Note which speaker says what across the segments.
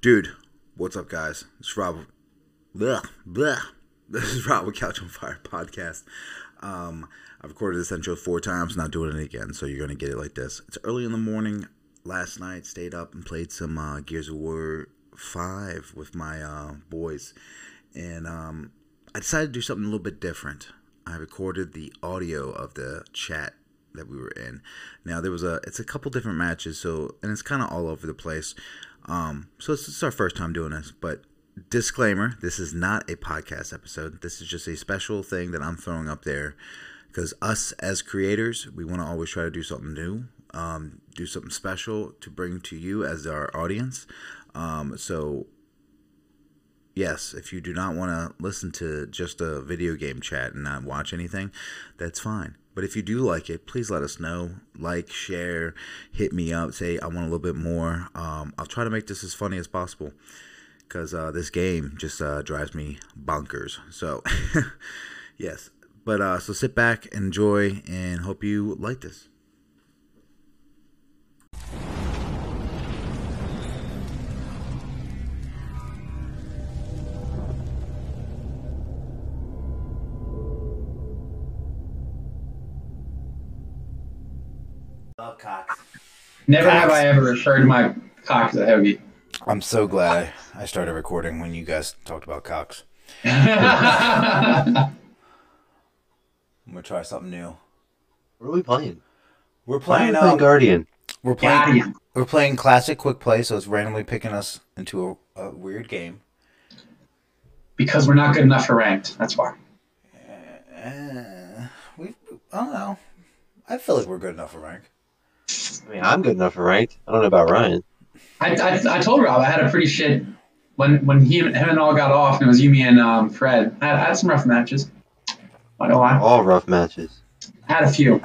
Speaker 1: Dude, what's up, guys? It's Rob. Blech, blech. This is Rob with Couch on Fire podcast. Um, I've recorded this intro four times, not doing it again, so you're going to get it like this. It's early in the morning. Last night, stayed up and played some uh, Gears of War 5 with my uh, boys. And um, I decided to do something a little bit different. I recorded the audio of the chat that we were in. Now there was a it's a couple different matches, so and it's kind of all over the place. Um, so it's, it's our first time doing this, but disclaimer: this is not a podcast episode. This is just a special thing that I'm throwing up there because us as creators, we want to always try to do something new, um, do something special to bring to you as our audience. Um, so yes, if you do not want to listen to just a video game chat and not watch anything, that's fine. But if you do like it, please let us know. Like, share, hit me up, say I want a little bit more. Um, I'll try to make this as funny as possible because uh, this game just uh, drives me bonkers. So, yes. But uh, so sit back, enjoy, and hope you like this.
Speaker 2: Love cocks.
Speaker 3: Never have I ever referred to my cock as a hoagie.
Speaker 1: I'm so glad I, I started recording when you guys talked about cocks. I'm gonna try something new.
Speaker 2: What are we playing?
Speaker 1: We're
Speaker 2: Why are we
Speaker 1: playing.
Speaker 2: playing
Speaker 1: Um,
Speaker 2: Guardian.
Speaker 1: we're playing.
Speaker 3: Guardian.
Speaker 1: We're playing classic quick play, so it's randomly picking us into a, a weird game.
Speaker 3: Because we're not good enough for ranked. That's why.
Speaker 1: Uh, we, I don't know. I feel like we're good enough for rank.
Speaker 2: I mean, I'm good enough for ranked. I don't know about Ryan.
Speaker 3: I, I, I told Rob I had a pretty shit when when he him and all got off and it was you, me, and um, Fred. I had, I had some rough matches. Not gonna lie.
Speaker 2: All rough matches.
Speaker 3: I had a few.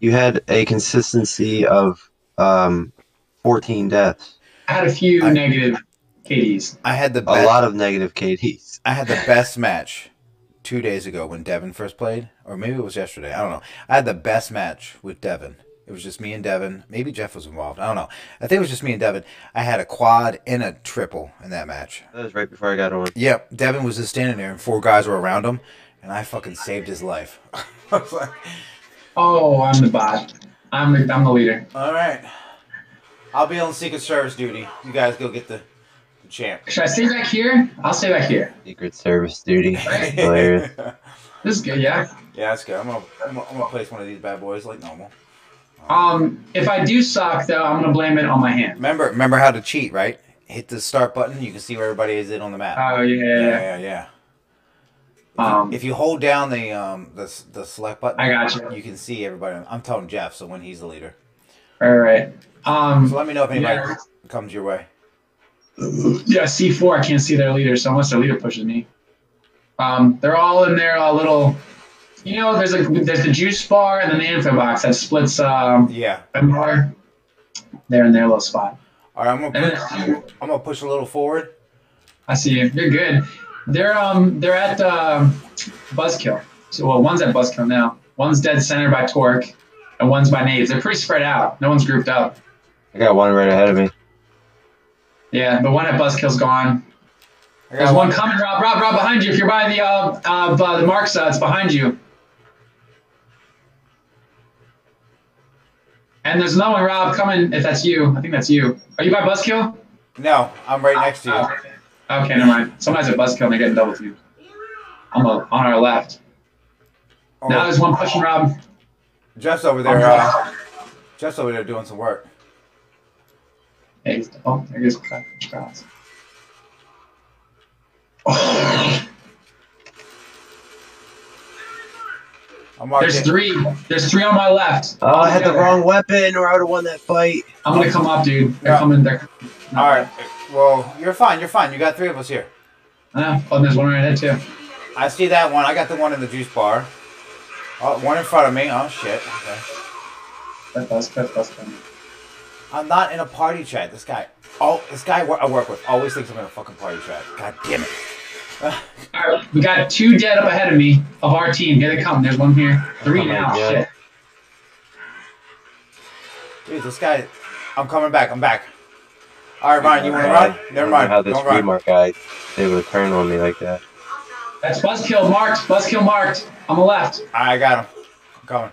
Speaker 2: You had a consistency of um, 14 deaths,
Speaker 3: I had a few
Speaker 1: I-
Speaker 3: negative KDs.
Speaker 1: I had the
Speaker 2: a
Speaker 1: best,
Speaker 2: lot of negative KDs.
Speaker 1: I had the best match two days ago when Devin first played, or maybe it was yesterday. I don't know. I had the best match with Devin. It was just me and Devin. Maybe Jeff was involved. I don't know. I think it was just me and Devin. I had a quad and a triple in that match.
Speaker 2: That was right before I got on.
Speaker 1: Yep, Devin was just standing there, and four guys were around him, and I fucking saved his life. I was like,
Speaker 3: Oh, I'm the bot. I'm the I'm the leader.
Speaker 1: all right, I'll be on Secret Service duty. You guys go get the, the champ.
Speaker 3: Should I stay back here? I'll stay back here.
Speaker 2: Secret Service duty. Hilarious.
Speaker 1: yeah,
Speaker 3: This is good, yeah.
Speaker 1: that's good. I'm gonna, I'm gonna, I'm gonna place one of these bad boys like normal.
Speaker 3: Um, if I do suck though, I'm gonna blame it on my hand.
Speaker 1: Remember, remember how to cheat, right? Hit the start button. You can see where everybody is in on the map.
Speaker 3: Oh yeah.
Speaker 1: yeah, yeah. yeah.
Speaker 3: Um,
Speaker 1: If you hold down the um the s- the select button,
Speaker 3: I gotcha.
Speaker 1: You can see everybody. I'm telling Jeff, so when he's the leader.
Speaker 3: all right. Um,
Speaker 1: So let me know if anybody
Speaker 3: Yeah.
Speaker 1: comes your way.
Speaker 3: Yeah, C four. I can't see their leader, so unless their leader pushes me, um, they're all in their uh, little. You know, there's a there's the juice bar and then the info box that splits um
Speaker 1: Yeah.
Speaker 3: them bar. They're in their little spot.
Speaker 1: All right, I'm
Speaker 3: And
Speaker 1: gonna
Speaker 3: then,
Speaker 1: pu- I'm gonna push a little forward.
Speaker 3: I see you. You're good. They're um they're at um, Buzzkill. So well, one's at Buzzkill now. One's dead center by Torque, and one's by Nades. They're pretty spread out. No one's grouped up.
Speaker 2: I got one right ahead of me.
Speaker 3: Yeah, the one at Buzzkill's gone.
Speaker 1: I
Speaker 3: There's one coming, Rob. Rob, Rob, behind you. If you're by the uh, uh, by the marks, uh, it's behind you. And there's another one, Rob, coming. If that's you, I think that's you. Are you by Buzzkill?
Speaker 1: No, I'm right next to you.
Speaker 3: Oh, okay, never mind. Somebody's at Buzzkill and they're getting double teamed. On the on our left.
Speaker 1: Oh,
Speaker 3: Now there's one pushing Rob.
Speaker 1: Jeff's over
Speaker 3: Oh,
Speaker 1: there. Uh, Jeff's over there doing some work.
Speaker 3: Hey, he's- oh, there goes Crouch. Oh,
Speaker 1: I'm marking.
Speaker 3: there's three. There's three on my left.
Speaker 2: Oh, I had the
Speaker 3: Altogether.
Speaker 2: wrong weapon, or I would have won that fight.
Speaker 3: I'm gonna come up, dude. They're
Speaker 1: Yeah.
Speaker 3: coming. They're
Speaker 1: All right. Well, you're fine. You're fine. You got three of us here.
Speaker 3: Uh, oh, and there's one right ahead too.
Speaker 1: I see that one. I got the one in the juice bar. Oh, one in front of me. Oh shit. Okay.
Speaker 3: That does, that does come.
Speaker 1: I'm not in a party chat. This guy. Oh, this guy wor- I work with always thinks I'm in a fucking party chat. God damn it.
Speaker 3: All right, we got two dead up ahead of me of our team. Here they come. There's one here. Three
Speaker 2: Oh my
Speaker 3: now.
Speaker 2: God.
Speaker 3: Shit.
Speaker 1: Dude, this guy. I'm coming back. I'm back. All right, Ryan, you want to run? Never mind.
Speaker 2: How this
Speaker 1: Don't run.
Speaker 2: Fremar guy able to turn on me like that?
Speaker 3: That's buzzkill marked. Buzzkill marked. On the left.
Speaker 1: I got him. I'm going.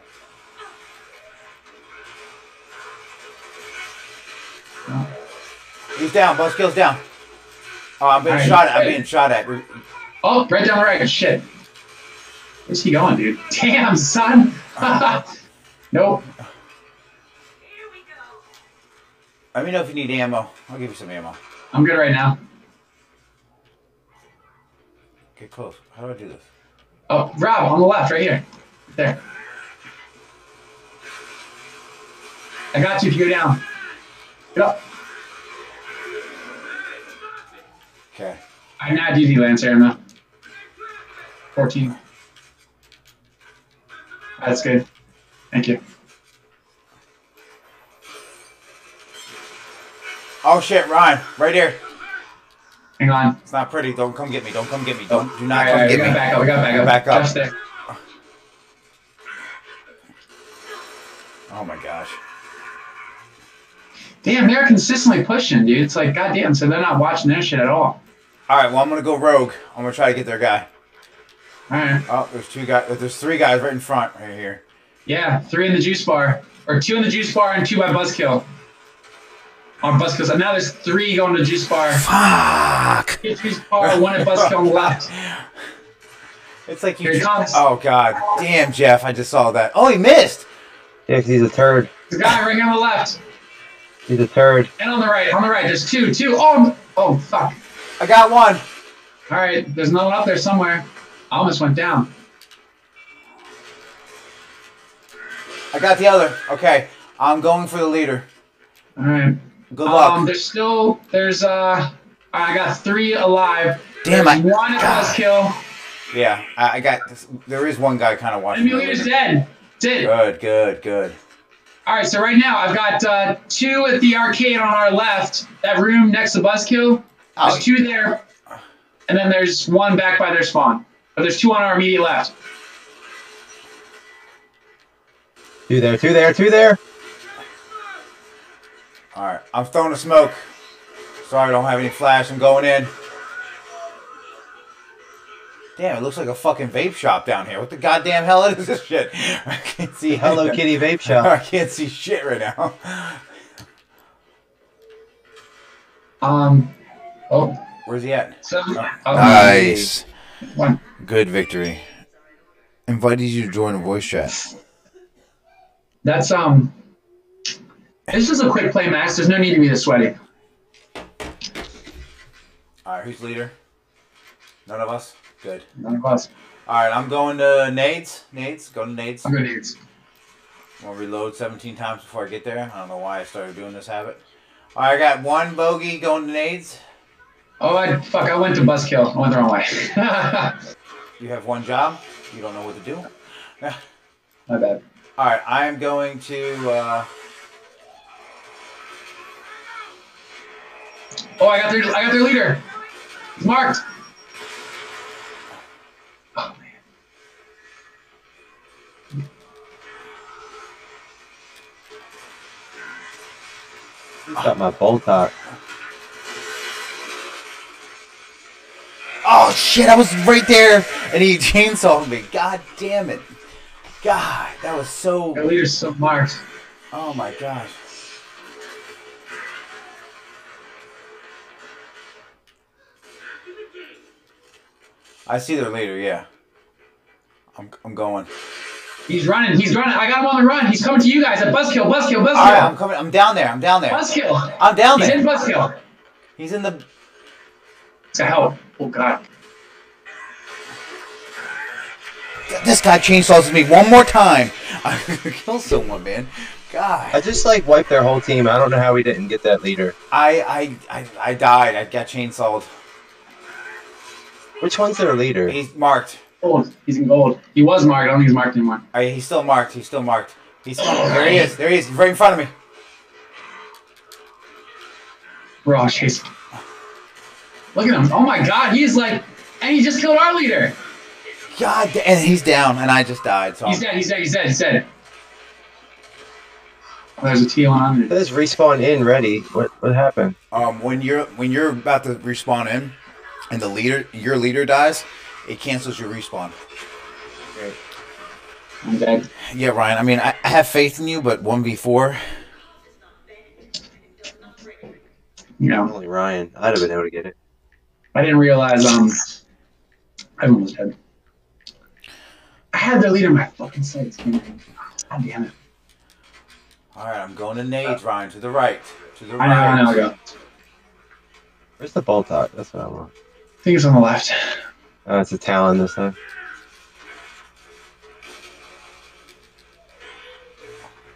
Speaker 1: He's down. Buzzkill's down. Oh, I'm being
Speaker 3: All right.
Speaker 1: shot at. I'm being shot at. Re-
Speaker 3: Oh, right down the right. Shit. Where's he going, dude? Damn, son. nope.
Speaker 1: Let me know if you need ammo. I'll give you some ammo.
Speaker 3: I'm good right now.
Speaker 1: Get close. How do I do this?
Speaker 3: Oh, Rob, on the left, right here. There. I got you if you go down. Get up.
Speaker 1: Okay.
Speaker 3: I'm not DD Lance Aaron though. 14. That's good. Thank you.
Speaker 1: Oh shit, Ryan, right here.
Speaker 3: Hang on.
Speaker 1: It's not pretty. Don't come get me. Don't come get me. Don't Oh, do
Speaker 3: All
Speaker 1: not
Speaker 3: right, all
Speaker 1: come
Speaker 3: right, we
Speaker 1: get
Speaker 3: got
Speaker 1: me.
Speaker 3: back up. We got back up.
Speaker 1: Back up.
Speaker 3: Just there.
Speaker 1: Oh my gosh.
Speaker 3: Damn, they're consistently pushing, dude. It's like, goddamn. So they're not watching their shit at all.
Speaker 1: All right. Well, I'm gonna go rogue. I'm gonna try to get their guy.
Speaker 3: All right.
Speaker 1: Oh, there's two guys. There's three guys right in front right here.
Speaker 3: Yeah, three in the juice bar, or two in the juice bar and two by Buzzkill. On Buzzkill, so now there's three going to juice bar.
Speaker 4: Fuck.
Speaker 3: Two at juice bar, one at Buzzkill on the left.
Speaker 1: It's like you.
Speaker 3: Here he comes.
Speaker 1: Oh god, damn Jeff! I just saw that. Oh, he missed.
Speaker 2: Yeah, 'cause he's a turd.
Speaker 3: The guy right here on the left
Speaker 2: He's a turd.
Speaker 3: and on the right. On the right, there's two, two. Oh, oh, fuck.
Speaker 1: I got one.
Speaker 3: All right, there's another one up there somewhere. I almost went down.
Speaker 1: I got the other. Okay, I'm going for the leader.
Speaker 3: All right.
Speaker 1: Good luck.
Speaker 3: Um, there's still there's uh I got three alive.
Speaker 1: Damn,
Speaker 3: there's
Speaker 1: I-
Speaker 3: one at
Speaker 1: God.
Speaker 3: Buzzkill.
Speaker 1: yeah, I, I got. This. There is one guy kind of watching. the
Speaker 3: Enemy leader's
Speaker 1: leader.
Speaker 3: dead. Did it.
Speaker 1: Good, good, good.
Speaker 3: All right, so right now I've got uh, two at the arcade on our left, that room next to Buzzkill.
Speaker 1: Oh,
Speaker 3: There's two there, and then there's one back by their spawn. But there's two on our immediate left.
Speaker 2: Two there, two there, two there.
Speaker 1: All right, I'm throwing a smoke. Sorry, I don't have any flash. I'm going in. Damn, it looks like a fucking vape shop down here. What the goddamn hell is this shit? I can't see.
Speaker 2: Hello Kitty Vape
Speaker 1: I
Speaker 2: Shop.
Speaker 1: can't see shit right now.
Speaker 3: Um, oh,
Speaker 1: Where's he at?
Speaker 3: so uh,
Speaker 1: Nice.
Speaker 3: one.
Speaker 1: Good victory. Invited you to join a voice chat.
Speaker 3: That's um. This is a quick play, Max. There's no need to be this sweaty.
Speaker 1: All right, who's leader? None of us. Good.
Speaker 3: None of us.
Speaker 1: All right, I'm going to nades. Nades. Going to nades.
Speaker 3: I'm gonna use.
Speaker 1: I'm gonna reload 17 times before I get there. I don't know why I started doing this habit. All right, I got one bogey going to nades.
Speaker 3: Oh, I fuck! I went to Buzzkill. I went the wrong way. My
Speaker 1: You have one job. You don't know what to do.
Speaker 3: bad.
Speaker 1: All right, I am going to. Uh,
Speaker 3: Oh, I got their I got their leader. It's marked. Oh man.
Speaker 2: Got my Boltox.
Speaker 1: oh shit! I was right there, and he chainsawed me. God damn it! God, that was
Speaker 3: Their
Speaker 1: so.
Speaker 3: leader's so marked.
Speaker 1: Oh my gosh. I see their leader. Yeah. I'm, I'm going.
Speaker 3: He's running. He's running. I got him on the run. He's coming to you guys at Buzzkill. Buzzkill. Buzzkill.
Speaker 1: All right, I'm coming. I'm down there. I'm down there.
Speaker 3: Buzzkill.
Speaker 1: I'm down
Speaker 3: He's in
Speaker 1: there.
Speaker 3: Buzzkill.
Speaker 1: He's in the.
Speaker 3: To help. Oh god.
Speaker 1: This guy chainsaws me one more time. I'm gonna kill someone, man.
Speaker 2: I
Speaker 1: God.
Speaker 2: just like wiped their whole team. I don't know how we didn't get that leader.
Speaker 1: I I I, I died. I got chainsawed.
Speaker 2: Which one's their leader?
Speaker 1: He's marked.
Speaker 3: Gold. He's in gold. He was marked. I don't think he's marked anymore.
Speaker 1: I, he's still marked. He's still marked. He's still, there. He is. There he is. Right in front of me.
Speaker 3: We're all chasing. Look at him. Oh my god. He's like, and he just killed our leader.
Speaker 1: God. da- And he's down. And I just died. So.
Speaker 3: He's
Speaker 1: I'm-
Speaker 3: dead. He's dead. He's dead. He's dead. There's a T100.
Speaker 2: There's respawn in ready. What what happened?
Speaker 1: um, when you're when you're about to respawn in, and the leader your leader dies, it cancels your respawn.
Speaker 3: I'm dead.
Speaker 1: Yeah, Ryan. I mean, I, I have faith in you, but one v four.
Speaker 3: You know,
Speaker 2: Only Ryan. I'd have been able to get it.
Speaker 3: I didn't realize um, everyone was dead. I had their leader in my fucking sights. man. God damn it.
Speaker 1: All right, I'm going to nades, Ryan, to the right, to the
Speaker 3: Uh, I
Speaker 1: right.
Speaker 3: know, I know, I go. I
Speaker 2: Where's the bolt out? That's what I want.
Speaker 3: think it's on the left.
Speaker 2: Oh, it's a talon this time.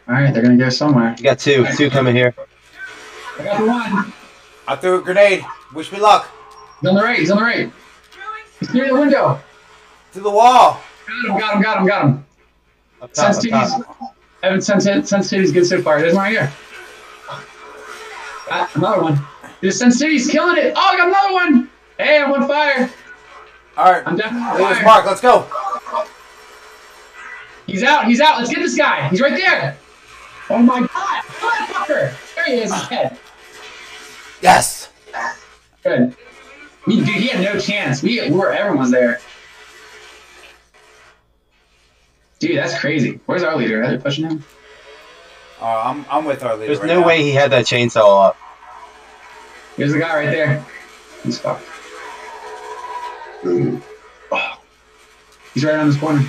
Speaker 3: Alright, they're gonna go somewhere.
Speaker 2: You got two. Two coming here.
Speaker 3: I got the one.
Speaker 1: I threw a grenade. Wish me luck.
Speaker 3: He's on the right, he's on the right. He's near the window.
Speaker 1: To the wall.
Speaker 3: Got him, got him, got him, got him.
Speaker 2: Up top, up top.
Speaker 3: Sensitivity's, Evan, sensit- sensitivity's good so far. There's one right here. Ah, another one. Dude, sensitivity's killing it. Oh, I got another one. Hey, I'm on fire.
Speaker 1: All right.
Speaker 3: I'm definitely
Speaker 2: Oh,
Speaker 3: on
Speaker 1: There's
Speaker 3: fire.
Speaker 1: Mark. Let's go.
Speaker 3: He's out, he's out. Let's get this guy. He's right there. Oh my god. Motherfucker. There he is, his head.
Speaker 1: Yes.
Speaker 3: Good. We, dude, he had no chance. We, we were, everyone's there. Dude, that's crazy. Where's our leader? Are they pushing him?
Speaker 1: Uh, I'm I'm with our leader.
Speaker 2: There's
Speaker 1: right
Speaker 2: no
Speaker 1: now.
Speaker 2: way he had that chainsaw up.
Speaker 3: Here's the guy right there. He's fucked.
Speaker 2: Mm.
Speaker 3: Oh. He's right on this corner.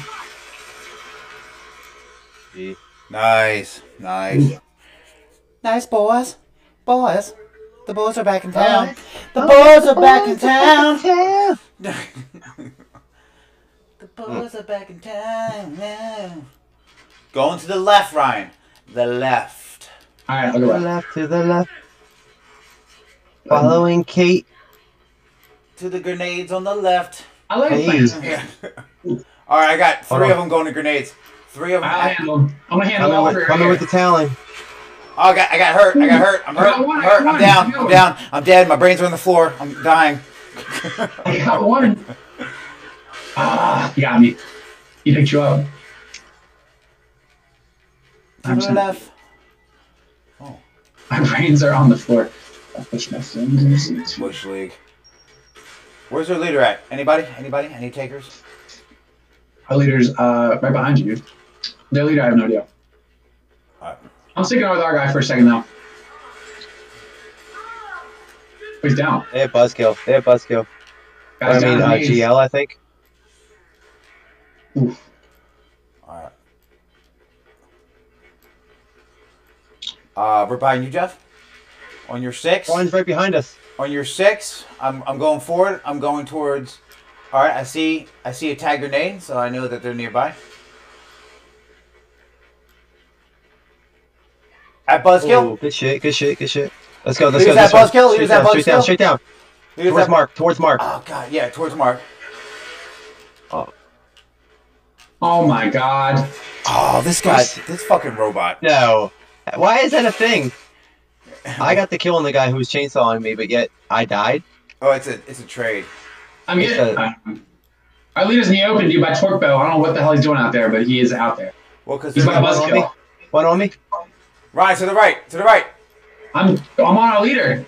Speaker 2: Gee.
Speaker 1: Nice. Nice. Nice boys. Boys. The boys are back in town. The boys are back in town. the boys are back in town now. Going to the left, Ryan. The left.
Speaker 3: All right, I'll
Speaker 2: To
Speaker 3: go
Speaker 2: the
Speaker 3: back.
Speaker 2: left, to the left. Following Kate.
Speaker 1: To the grenades on the left.
Speaker 3: I like
Speaker 2: Hey.
Speaker 3: plans.
Speaker 1: All right, I got
Speaker 2: Hold
Speaker 1: three
Speaker 2: on.
Speaker 1: of them going to grenades. Three of them.
Speaker 3: I'll handle him. I'm gonna handle him
Speaker 2: Coming
Speaker 3: over
Speaker 2: with, coming
Speaker 3: right
Speaker 2: with the
Speaker 3: here.
Speaker 2: talon.
Speaker 1: Oh, I got, I got hurt. I got hurt. I'm
Speaker 3: I
Speaker 1: hurt.
Speaker 3: got
Speaker 1: I'm
Speaker 3: one, I
Speaker 1: hurt.
Speaker 3: got
Speaker 1: I'm
Speaker 3: one.
Speaker 1: down.
Speaker 3: Yo.
Speaker 1: I'm down. I'm dead. My brains are on the floor. I'm dying.
Speaker 3: I got one. Ah, he got me. He picked you up.
Speaker 1: To the
Speaker 3: 100%.
Speaker 1: left.
Speaker 3: My brains are on the floor. I pushed my fingers.
Speaker 1: Bush League. Where's their leader at? Anybody? Anybody? Any takers?
Speaker 3: Our leader's uh, right behind you. Their leader, I have no idea.
Speaker 1: Alright.
Speaker 3: I'm sticking out with our guy for a second though. He's down.
Speaker 2: They have buzzkill. They have buzzkill. I
Speaker 3: Guys
Speaker 2: mean,
Speaker 3: down
Speaker 2: uh,
Speaker 3: knees.
Speaker 2: GL, I think.
Speaker 3: Oof.
Speaker 1: Alright. Uh, we're buying you, Jeff. On your six.
Speaker 2: One's right behind us.
Speaker 1: On your six. I'm, I'm going forward. I'm going towards. All right. I see. I see a tag grenade, so I know that they're nearby. At
Speaker 2: Ooh,
Speaker 1: buzzkill.
Speaker 2: good shit, good shit, good shit. Let's go, let's
Speaker 1: He
Speaker 2: go.
Speaker 1: was at
Speaker 2: this one.
Speaker 1: buzzkill, he
Speaker 2: Straight
Speaker 1: was at
Speaker 2: down, straight down,
Speaker 1: buzzkill.
Speaker 2: straight down.
Speaker 1: Here's
Speaker 2: Towards
Speaker 1: that-
Speaker 2: Mark, towards Mark.
Speaker 1: Oh god. Yeah. Towards Mark.
Speaker 3: Oh my god.
Speaker 1: Oh, this guy. This fucking robot.
Speaker 2: No. Why is that a thing? I got the kill on the guy who was chainsawing me, but yet I died.
Speaker 1: Oh, it's a it's a trade.
Speaker 3: I'm
Speaker 2: It's
Speaker 3: getting.
Speaker 2: a-
Speaker 3: um, Our leader's in the open, dude, by Torque Bow. I don't know what the hell he's doing out there, but he is out there.
Speaker 1: Well, because
Speaker 3: He's by
Speaker 2: One on me.
Speaker 3: Buzzkill.
Speaker 2: One on me.
Speaker 1: Ryan to the right, to the right.
Speaker 3: I'm, I'm on our leader.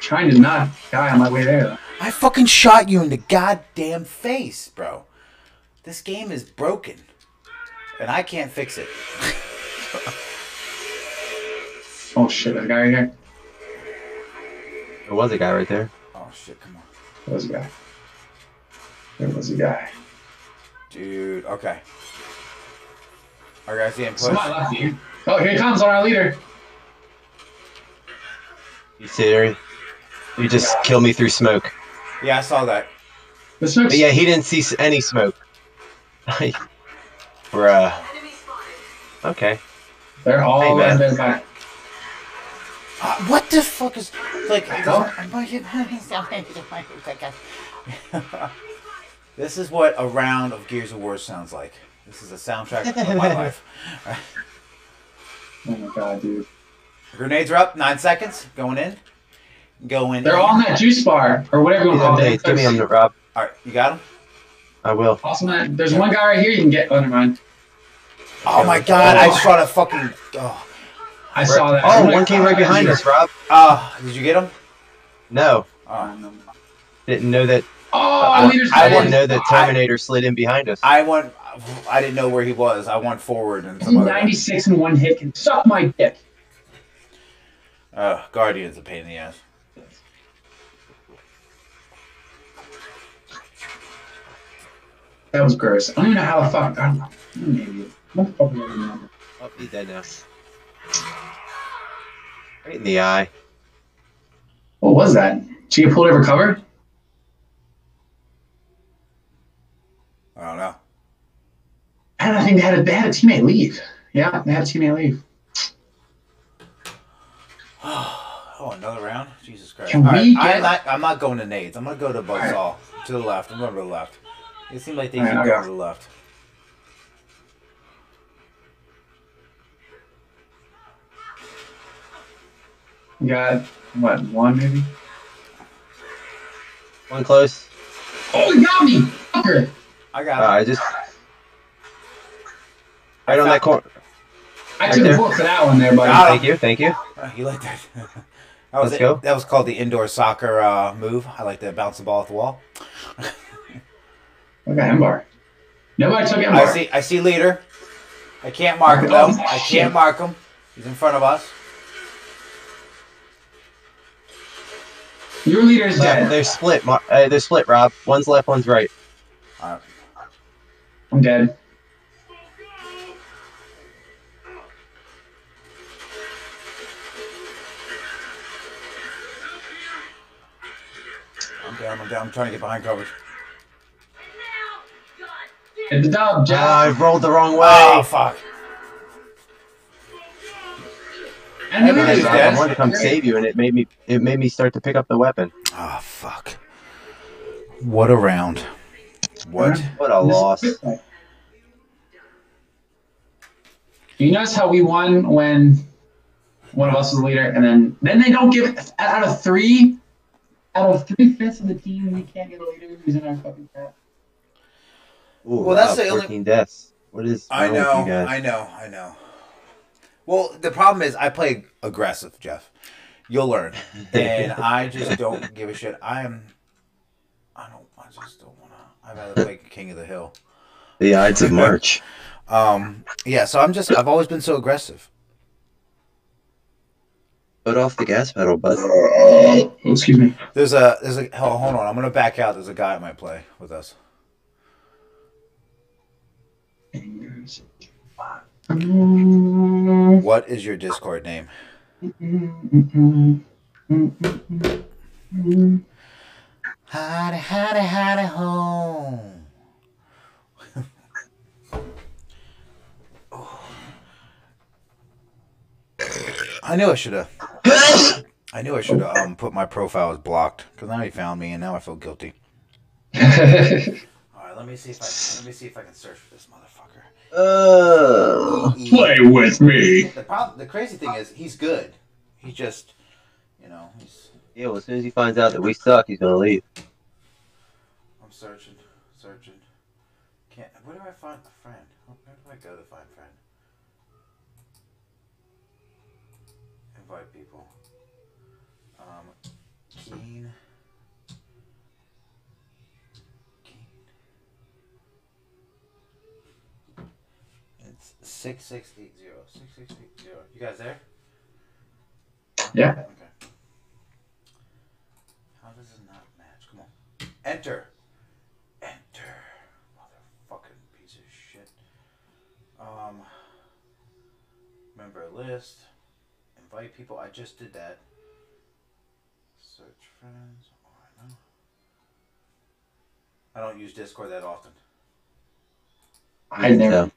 Speaker 3: Trying to not die on my way there, though.
Speaker 1: I fucking shot you in the goddamn face, bro. This game is broken, and I can't fix it.
Speaker 3: Oh shit, there's a guy right here.
Speaker 2: There was a guy right there.
Speaker 1: Oh shit! Come on,
Speaker 3: There was a guy. There was a guy.
Speaker 1: dude. Okay. All right, I see him push.
Speaker 3: Somebody left you. Oh, here he comes on our leader.
Speaker 2: You see, you just killed me through smoke.
Speaker 1: Yeah, I saw that.
Speaker 3: The smoke's
Speaker 2: But yeah, he didn't see s- any smoke. Bruh. Okay.
Speaker 3: They're all
Speaker 2: Hey, man.
Speaker 3: they're back.
Speaker 1: Uh, what the fuck is like?
Speaker 3: know.
Speaker 1: this is what a round of Gears of War sounds like. This is a soundtrack of my life.
Speaker 3: Oh my god, dude.
Speaker 1: Grenades are up. Nine seconds. Going in. Going.
Speaker 3: They're
Speaker 1: in.
Speaker 3: all in that juice bar or whatever you
Speaker 2: Give me them
Speaker 3: want to
Speaker 2: nades. Give me them, Rob.
Speaker 1: All right, you got him.
Speaker 2: I will.
Speaker 3: Awesome. There's one guy right here you can get. Oh, never mind.
Speaker 1: Oh my god, I just saw a fucking. Oh,
Speaker 3: I saw that.
Speaker 2: Oh,
Speaker 3: I'm like,
Speaker 2: one came right behind us, Rob.
Speaker 1: Ah, did you get him?
Speaker 2: No,
Speaker 1: Oh.
Speaker 2: didn't know that.
Speaker 3: Oh,
Speaker 2: I,
Speaker 3: leaders.
Speaker 2: I
Speaker 1: didn't
Speaker 2: didn't know that Terminator slid in behind us.
Speaker 1: I went. I didn't know where he was. I went forward and some other.
Speaker 3: 96 in one hit can suck my dick.
Speaker 1: Uh, Guardian's a pain in the ass.
Speaker 3: That was gross. I don't even know how the fuck. I don't know. I'm an idiot. What the fuck am I doing now?
Speaker 2: I'll be Oh, dead now. Right in the eye.
Speaker 3: What was that? Did you get pulled over cover?
Speaker 1: I don't know.
Speaker 3: I don't think they had a, they had a teammate leave. Yeah, they had a teammate leave.
Speaker 1: Oh, another round? Jesus Christ.
Speaker 3: Can
Speaker 1: All right,
Speaker 3: we
Speaker 1: I'm,
Speaker 3: get-
Speaker 1: not, I'm not going to nades. I'm going to go to Buzzsaw. To the left. I'm going to the left. It seemed like they
Speaker 3: All right,
Speaker 1: keep
Speaker 3: I'll
Speaker 1: going
Speaker 3: go.
Speaker 1: to the left.
Speaker 3: We got, what, one maybe?
Speaker 2: One close.
Speaker 3: Oh, he got me! Fucker!
Speaker 1: I
Speaker 2: Uh,
Speaker 1: got
Speaker 2: I
Speaker 1: it.
Speaker 2: just. Right on that corner.
Speaker 3: I
Speaker 2: Right
Speaker 3: took
Speaker 2: there.
Speaker 3: a bullet for that one there, buddy.
Speaker 1: Got
Speaker 2: Thank you, thank you.
Speaker 1: Uh, You like that? that was
Speaker 2: Let's
Speaker 1: it.
Speaker 2: go.
Speaker 1: That was called the indoor soccer uh, move. I like to bounce the ball off the wall.
Speaker 3: Look at Embar. Nobody took Embar.
Speaker 1: I see. I see. Leader. I can't mark him. though. I can't mark him. He's in front of us.
Speaker 3: Your leader's
Speaker 2: Yeah,
Speaker 3: dead.
Speaker 2: they're split. Mar- uh, they're split, Rob. One's left, one's right.
Speaker 1: All right.
Speaker 3: I'm dead.
Speaker 1: I'm down. I'm down. I'm trying to get behind coverage.
Speaker 3: Get the dub, Jeff.
Speaker 2: Ah, I rolled the wrong way.
Speaker 1: Oh fuck!
Speaker 3: and your
Speaker 2: I
Speaker 3: leader's
Speaker 2: wanted-
Speaker 3: dead.
Speaker 2: I wanted to come save you, and it made me. It made me start to pick up the weapon.
Speaker 1: Oh fuck! What a round! What?
Speaker 2: What a loss.
Speaker 3: You notice how we won when one of us was the leader, and then then they don't give out of three, out of three fifths of the team, we can't get a leader who's in our fucking crap.
Speaker 2: Ooh,
Speaker 1: Well, that's
Speaker 2: wow,
Speaker 1: the only-
Speaker 2: 14 deaths. What is?
Speaker 1: I
Speaker 2: wrong with
Speaker 1: know.
Speaker 2: You guys?
Speaker 1: I know. I know. Well, the problem is I play aggressive, Jeff. You'll learn, and I just don't give a shit. I am. I don't. I just don't wanna. I'd rather play King of the Hill.
Speaker 2: The Ides of March.
Speaker 1: Um. Yeah. So I'm just. I've always been so aggressive.
Speaker 2: Put off the gas pedal, bud.
Speaker 3: Oh, excuse me.
Speaker 1: There's a there's a oh, hold on. I'm gonna back out. There's a guy that might play with us. What is your Discord name? Howdy, howdy, howdy, home. I knew I should have. I knew I should have um, put my profile as blocked because now he found me and now I feel guilty. All right, let me see if I let me see if I can search for this motherfucker.
Speaker 2: Oh.
Speaker 3: Play with me.
Speaker 1: The problem, the crazy thing is, he's good. He just, you know, he's.
Speaker 2: Yeah, well, as soon as he finds out that we suck, he's gonna leave.
Speaker 1: I'm searching, searching. Can't. Where do I find a friend? Where do I go to find friend? Invite people. Um, Keen. Keen. It's six six eight zero. Six six eight zero. You guys there?
Speaker 3: Yeah.
Speaker 1: Okay. How does it not match? Come on. Enter. Enter. Motherfucking piece of shit. Um. Member list. Invite people. I just did that. Search friends. Alright, no. I don't use Discord that often.
Speaker 3: I never.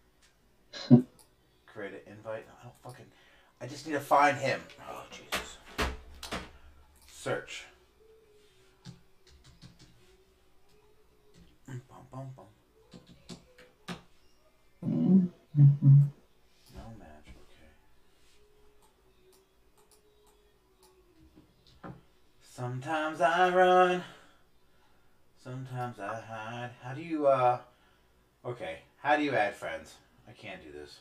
Speaker 2: So,
Speaker 1: Create an invite. I don't fucking. I just need to find him. Oh Jesus. Search. Mm, Bum, bum, bum. No match. Okay. Sometimes I run. Sometimes I hide. How do you uh? Okay. How do you add friends? I can't do this.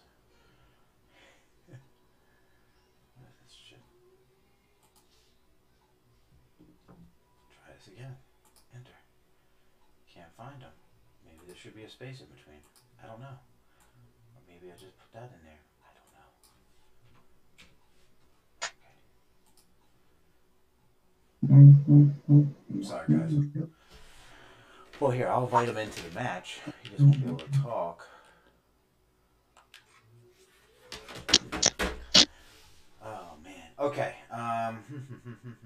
Speaker 1: Press again. Enter. Can't find them. Maybe there should be a space in between. I don't know. Or maybe I just put that in there. I don't know.
Speaker 3: Mm-hmm.
Speaker 1: I'm sorry, guys. Well, here, I'll invite him into the match. He just won't be able to talk. Oh, man. Okay. Um,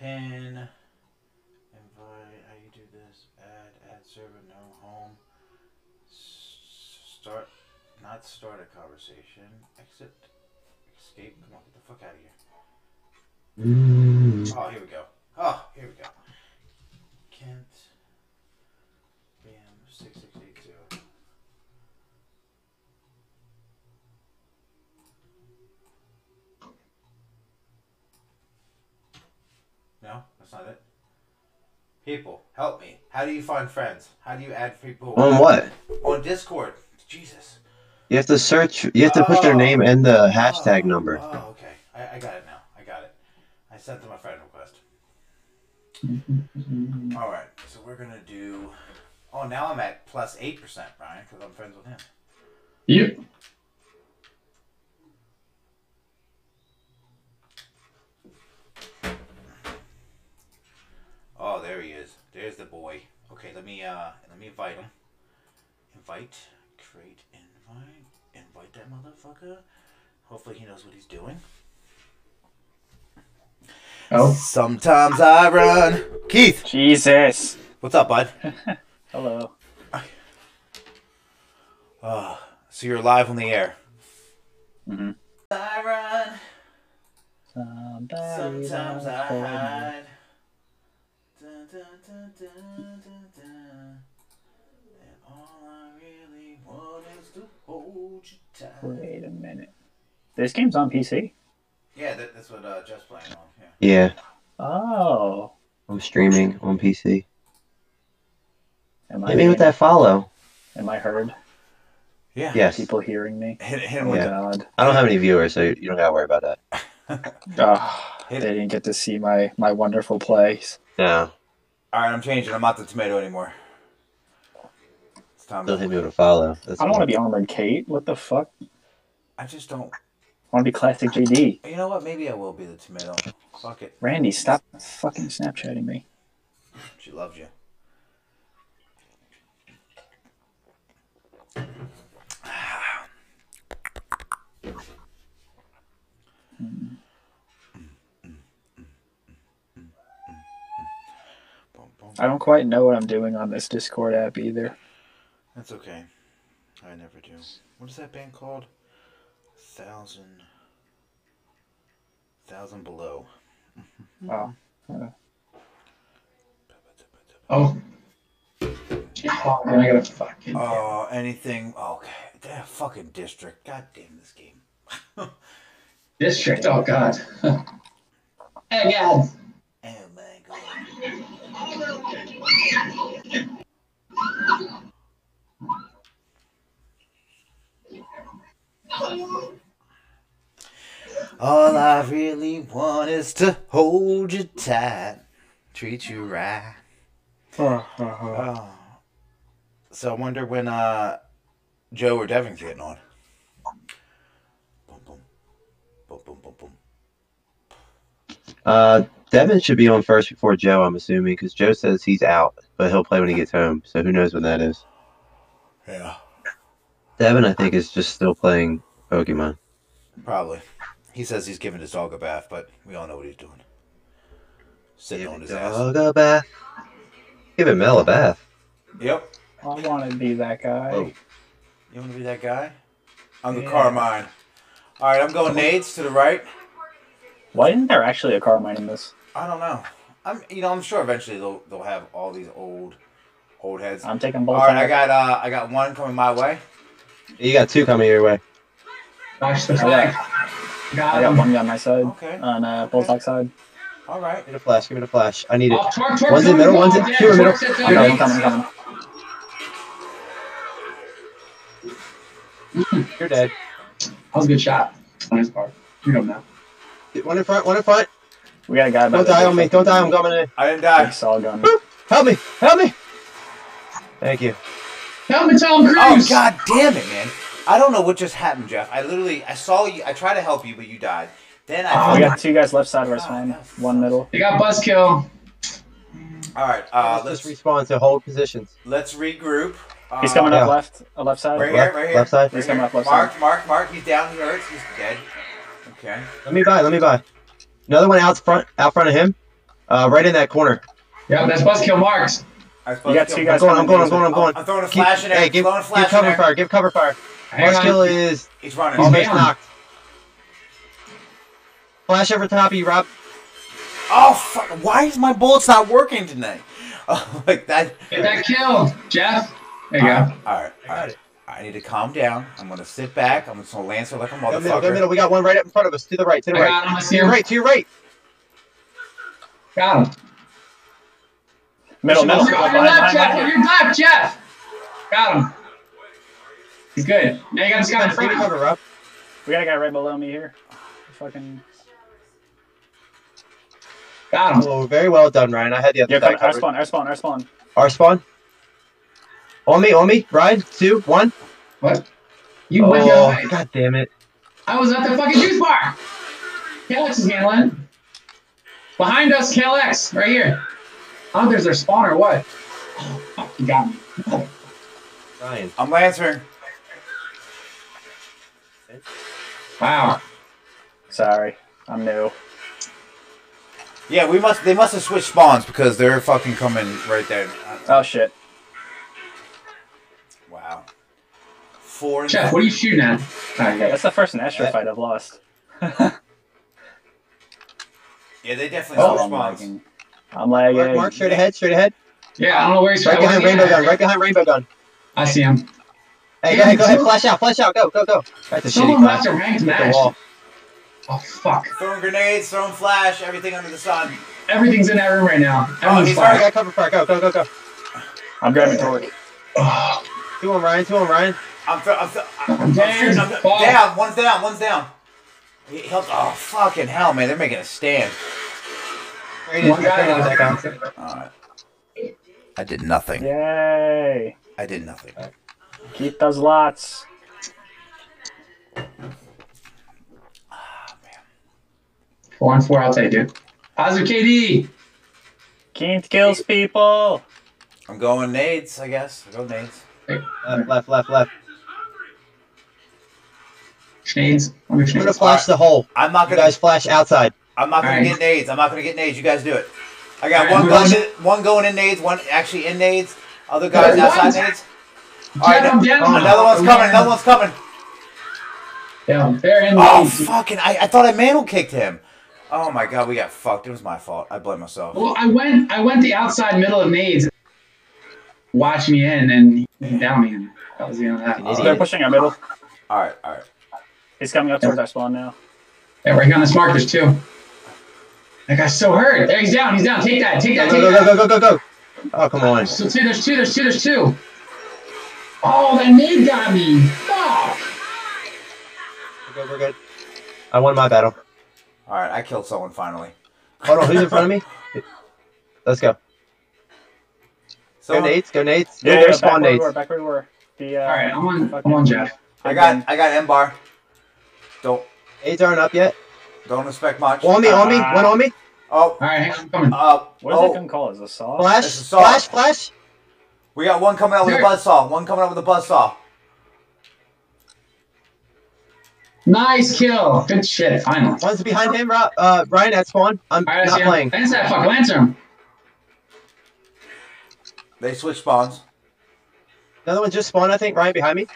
Speaker 1: pin, invite, how you do this, add, add server, no home, S- start, not start a conversation, exit, escape, come on, get the fuck out of here. Oh, here we go. Oh, here we go. Kent. BM six six eight zero. No, that's not it. People, help me. How do you find friends? How do you add people
Speaker 2: On what?
Speaker 1: on Discord? Jesus.
Speaker 2: You have to search. You have to put their
Speaker 1: Oh.
Speaker 2: name and the hashtag number.
Speaker 1: Oh, okay. I, I got it now. I got it. I sent them a friend request. All right. So we're gonna do. Oh, now I'm at plus eight percent, Brian, because I'm friends with him.
Speaker 3: You.
Speaker 1: Oh, there he is. There's the boy. Okay, let me uh, let me invite him. Invite, create, invite, invite that motherfucker. Hopefully, he knows what he's doing.
Speaker 3: Oh.
Speaker 1: Sometimes I run. Keith,
Speaker 5: Jesus.
Speaker 1: what's up, bud?
Speaker 5: Hello.
Speaker 1: Uh, so you're live on the air.
Speaker 5: Mhm.
Speaker 1: I run.
Speaker 5: Somebody
Speaker 1: Sometimes I
Speaker 5: don't hold me.
Speaker 1: hide. Dun, dun, dun, dun, dun, dun. And all I really want is to hold you tight.
Speaker 5: Wait a minute. This game's on PC.
Speaker 1: Yeah, that, that's what uh, Jeff's playing on. Yeah.
Speaker 2: Yeah,
Speaker 5: Oh.
Speaker 2: I'm streaming on PC.
Speaker 5: Am
Speaker 2: Hit me with that follow.
Speaker 5: Am I heard?
Speaker 1: Yeah.
Speaker 2: Yes,
Speaker 5: People hearing me?
Speaker 1: Hit, hit him
Speaker 5: Oh my
Speaker 1: with
Speaker 2: Yeah.
Speaker 5: god.
Speaker 2: I don't have any viewers, so you don't gotta worry about that.
Speaker 5: Oh, they
Speaker 1: Hit it.
Speaker 5: didn't get to see my my wonderful plays.
Speaker 2: No,
Speaker 1: All right, I'm changing. I'm not the tomato anymore. It's time.
Speaker 2: don't hit me
Speaker 1: To,
Speaker 2: with a follow. That's
Speaker 5: I don't want
Speaker 2: all.
Speaker 5: to be Armored Kate. What the fuck?
Speaker 1: I just don't.
Speaker 5: I want to be Classic JD.
Speaker 1: You know what? Maybe I will be the tomato. Fuck it.
Speaker 5: Randy, stop fucking Snapchatting me.
Speaker 1: She loves you.
Speaker 5: I don't quite know what I'm doing on this Discord app either.
Speaker 1: That's okay. I never do. What is that band called? Thousand. Thousand Below.
Speaker 5: Oh,
Speaker 3: Oh. Oh, man, I gotta fucking.
Speaker 1: Oh, anything. Okay. That fucking district. God damn this game.
Speaker 3: District. Oh, God. oh, God.
Speaker 1: Oh my god. All I really want is to hold you tight, treat you right. Oh. So I wonder when uh, Joe or Devin's getting on. Boom, boom. Boom, boom, boom, boom.
Speaker 2: Uh, Devin should be on first before Joe, I'm assuming, because Joe says he's out, but he'll play when he gets home. So who knows when that is?
Speaker 1: Yeah.
Speaker 2: Devin, I think, is just still playing Pokemon.
Speaker 1: Probably. He says he's giving his dog a bath, but we all know what he's doing. Sitting on his ass.
Speaker 2: Dog a bath. Giving Mel a bath.
Speaker 1: Yep.
Speaker 5: I want to be that guy.
Speaker 2: Whoa.
Speaker 1: You want to be that guy? I'm the
Speaker 5: Yeah.
Speaker 1: Carmine. All right, I'm going nades to the right.
Speaker 5: Why isn't there actually a car mine in this?
Speaker 1: I don't know. I'm, you know, I'm sure eventually they'll they'll have all these old, old heads. All
Speaker 5: I'm taking both.
Speaker 1: right, I
Speaker 5: out.
Speaker 1: got uh, I got one coming my way.
Speaker 2: You got two coming your way.
Speaker 3: Gosh, the
Speaker 5: I got-
Speaker 3: flag.
Speaker 5: I
Speaker 3: Got
Speaker 5: got
Speaker 3: him.
Speaker 5: one guy on my side.
Speaker 1: Okay.
Speaker 5: On uh, Bullseye side.
Speaker 1: All right.
Speaker 2: Give it a flash. Give it a flash. I need it.
Speaker 3: Oh, twerk, twerk,
Speaker 2: One's
Speaker 3: twerk,
Speaker 2: in the middle.
Speaker 3: oh,
Speaker 2: One's in
Speaker 3: yeah,
Speaker 2: two in the middle.
Speaker 3: twerk's at the
Speaker 5: I'm coming,
Speaker 3: knee.
Speaker 5: coming, coming.
Speaker 2: You're dead. Oh,
Speaker 3: That was a good shot on his part. You know now.
Speaker 2: One in front. One in front.
Speaker 5: We got a guy. by
Speaker 2: Don't
Speaker 5: the
Speaker 2: die on
Speaker 5: name
Speaker 2: me.
Speaker 5: of
Speaker 2: Don't die. I'm coming in.
Speaker 1: I didn't die.
Speaker 5: Saw gun.
Speaker 2: Help me. Help me. Thank you.
Speaker 3: Help me, Tom Cruise.
Speaker 1: Oh god damn it, man! I don't know what just happened, Jeff. I literally I saw you. I tried to help you, but you died. Then I.
Speaker 5: we
Speaker 3: Oh
Speaker 1: felt-
Speaker 5: got two guys left side of our spine. One middle.
Speaker 3: They got Buzzkill.
Speaker 1: All right, uh,
Speaker 2: let's
Speaker 1: let's
Speaker 2: just respawn to hold positions.
Speaker 1: let's regroup. Uh,
Speaker 5: He's coming up
Speaker 2: Yeah.
Speaker 5: left. A left side.
Speaker 1: Right here,
Speaker 2: Left-
Speaker 1: right here.
Speaker 2: left side?
Speaker 1: Right
Speaker 5: He's
Speaker 1: here.
Speaker 5: coming up left
Speaker 1: mark, mark, mark. He's down. He hurts. He's dead. Okay.
Speaker 2: Let me buy. Let me buy. Another one out front. Out front of him. Uh, right in that corner.
Speaker 3: Yep, that's Buzzkill marked.
Speaker 1: I
Speaker 5: You got two
Speaker 2: I'm
Speaker 5: guys.
Speaker 2: going. I'm going. I'm
Speaker 5: coming
Speaker 2: going. I'm going.
Speaker 1: I'm throwing a flash in
Speaker 2: Keep-
Speaker 1: there.
Speaker 2: Hey, give,
Speaker 1: throwing a
Speaker 2: give
Speaker 1: flash in
Speaker 2: cover
Speaker 1: there.
Speaker 2: fire. Give cover fire.
Speaker 3: Hang
Speaker 2: First
Speaker 3: on.
Speaker 2: kill is
Speaker 1: He's running.
Speaker 3: He's
Speaker 2: almost
Speaker 3: down.
Speaker 2: knocked. Flash over top of you, Rob.
Speaker 1: Oh fuck! Why is my bullets not working tonight? Oh, like that.
Speaker 3: Get that kill, Jeff. There you
Speaker 1: All
Speaker 3: go.
Speaker 1: right, all right. I need to calm down. I'm gonna sit back. I'm just gonna lance her like a
Speaker 2: Go middle, go
Speaker 1: motherfucker.
Speaker 2: middle. We got one right up in front of us. To the right. To the
Speaker 3: I
Speaker 2: right.
Speaker 3: got him. I see
Speaker 2: To your
Speaker 3: him.
Speaker 2: right. To your right.
Speaker 3: Got him.
Speaker 5: Middle, middle.
Speaker 3: You're on your
Speaker 5: Behind,
Speaker 3: left,
Speaker 5: behind,
Speaker 3: Jeff. On
Speaker 5: behind.
Speaker 3: your left, Jeff. Got him. He's good. Now you got this guy in
Speaker 2: Give
Speaker 3: front
Speaker 2: it
Speaker 3: of you.
Speaker 2: cover, Rob.
Speaker 5: We got a guy right below me here. Fucking.
Speaker 3: Got him.
Speaker 2: Oh, very well done, Ryan. I had the other
Speaker 5: Yo,
Speaker 2: side
Speaker 5: come, our
Speaker 2: covered.
Speaker 5: spawn, our spawn, our spawn.
Speaker 2: Our spawn. On me, on me. Ryan, two, one.
Speaker 3: What? You went the
Speaker 2: Oh,
Speaker 3: other way.
Speaker 2: god damn it.
Speaker 3: I was at the fucking juice bar. Kalex is handling. it. Behind us, Kalex, right here. Oh, there's their spawn or what? Oh, fuck, you got me.
Speaker 2: Ryan.
Speaker 1: I'm lancing.
Speaker 3: Wow.
Speaker 5: Sorry, I'm new.
Speaker 1: Yeah, we must. They must have switched spawns because they're fucking coming right there. Uh,
Speaker 5: Oh shit.
Speaker 1: Wow. Four. and-
Speaker 3: Jeff, what are you shooting at? Oh, you
Speaker 5: Yeah,
Speaker 3: got it.
Speaker 5: that's the first Nashra fight I've lost.
Speaker 1: Yeah, they definitely
Speaker 5: Oh,
Speaker 1: switched
Speaker 5: I'm
Speaker 1: spawns.
Speaker 5: lagging. I'm lagging.
Speaker 2: Mark, Mark, straight ahead, straight ahead.
Speaker 3: yeah, I don't know where he's
Speaker 2: Right
Speaker 3: I
Speaker 2: behind
Speaker 3: wasn't
Speaker 2: Rainbow
Speaker 3: there.
Speaker 2: Gun, right behind Rainbow Gun.
Speaker 3: I see him.
Speaker 2: Hey, go ahead, go ahead, flash out, flash out, go, go, go. That's a shitty
Speaker 3: Someone left
Speaker 2: flash.
Speaker 3: a ranked
Speaker 2: Hit the
Speaker 3: match.
Speaker 2: wall.
Speaker 3: Oh, fuck.
Speaker 1: Throwing grenades, throwing flash, everything under the sun.
Speaker 3: Everything's in that room right
Speaker 2: Oh,
Speaker 3: now.
Speaker 1: he's
Speaker 3: Everyone's
Speaker 2: Alright,
Speaker 3: fired.
Speaker 2: got cover fire, go, go, go, go.
Speaker 5: I'm grabbing torque.
Speaker 3: Oh,
Speaker 2: Two on Ryan, two on Ryan.
Speaker 1: I'm, throw, I'm, throw, I'm, I'm
Speaker 3: Damn,
Speaker 1: shooting. I'm
Speaker 3: fuck.
Speaker 1: down. One's down. One's down. He he helped. Oh fucking hell, man! They're making a stand.
Speaker 2: There he is,
Speaker 3: one
Speaker 2: he's
Speaker 3: guy
Speaker 2: coming with that guy.
Speaker 3: left.
Speaker 1: All right. I did nothing.
Speaker 5: Yay!
Speaker 1: I did nothing.
Speaker 5: Keep those lots.
Speaker 3: Four and four, I'll take it. How's your KD?
Speaker 5: Keith kills people.
Speaker 1: I'm going nades, I guess. I go nades.
Speaker 2: Left, left, left, left.
Speaker 3: Shades. Let me
Speaker 2: I'm gonna
Speaker 3: shades.
Speaker 2: flash the hole.
Speaker 1: I'm not
Speaker 2: You
Speaker 1: gonna.
Speaker 2: guys flash outside.
Speaker 1: I'm not gonna
Speaker 3: Alright.
Speaker 1: get nades. I'm not gonna get nades. You guys do it. I got
Speaker 3: Alright,
Speaker 1: one
Speaker 3: who
Speaker 1: going.
Speaker 3: goes?
Speaker 1: In, one going in nades. One actually in nades. Other guys
Speaker 3: Wait,
Speaker 1: outside
Speaker 3: what?
Speaker 1: nades. All right,
Speaker 3: Jeff, I'm down.
Speaker 1: Another one's coming. Another one's coming.
Speaker 3: Yeah, they're in
Speaker 1: Oh
Speaker 3: the-
Speaker 1: fucking! I, I thought I mantle kicked him. Oh my god, we got fucked. It was my fault. I blame myself.
Speaker 3: Well, I went, I went the outside middle of nades, watch me in, and he down me. in. That was the end of that.
Speaker 2: Idiot.
Speaker 5: They're pushing our middle.
Speaker 1: All right, all right.
Speaker 5: He's coming up towards our spawn now.
Speaker 3: Yeah, right on this mark, there's two. That guy's so hurt. There, he's down. He's down. Take that. Take
Speaker 2: Go,
Speaker 3: that.
Speaker 2: go,
Speaker 3: Take
Speaker 2: go,
Speaker 3: that.
Speaker 2: go, go, go, go. Oh, come on.
Speaker 3: So two. There's two. There's two. There's two. Oh, that nade got me. Fuck.
Speaker 2: We're good, we're good. I won my battle.
Speaker 1: All right, I killed someone finally.
Speaker 2: Hold on, who's in front of me? Let's go. Go
Speaker 1: So
Speaker 2: nades, go nades.
Speaker 5: Yeah,
Speaker 2: Yeah,
Speaker 5: yeah,
Speaker 2: there's spawn
Speaker 5: back where we
Speaker 2: nades.
Speaker 5: were, back where we were. The, uh,
Speaker 3: All right, I'm on. I'm on Jeff.
Speaker 1: I got I got M bar. Don't
Speaker 2: Nades aren't up yet.
Speaker 1: don't expect much.
Speaker 2: On me, on me,
Speaker 5: Ah.
Speaker 2: one on me.
Speaker 1: Oh,
Speaker 3: All right, hang on, I'm coming.
Speaker 1: uh,
Speaker 5: What is that
Speaker 1: oh.
Speaker 5: gun called? Is it a saw?
Speaker 2: Flash,
Speaker 1: This is solid.
Speaker 2: flash, flash.
Speaker 1: We got one coming out with a
Speaker 3: There.
Speaker 1: buzzsaw. One coming out with a buzzsaw.
Speaker 3: Nice kill. Good shit. Final.
Speaker 2: One's behind him, Ro- uh, Ryan at spawn. I'm
Speaker 3: All right, I
Speaker 2: not
Speaker 3: see him.
Speaker 2: playing.
Speaker 3: Lance that fuck. Lance him.
Speaker 1: They switch spawns.
Speaker 2: Another one just spawned, I think. Ryan behind me.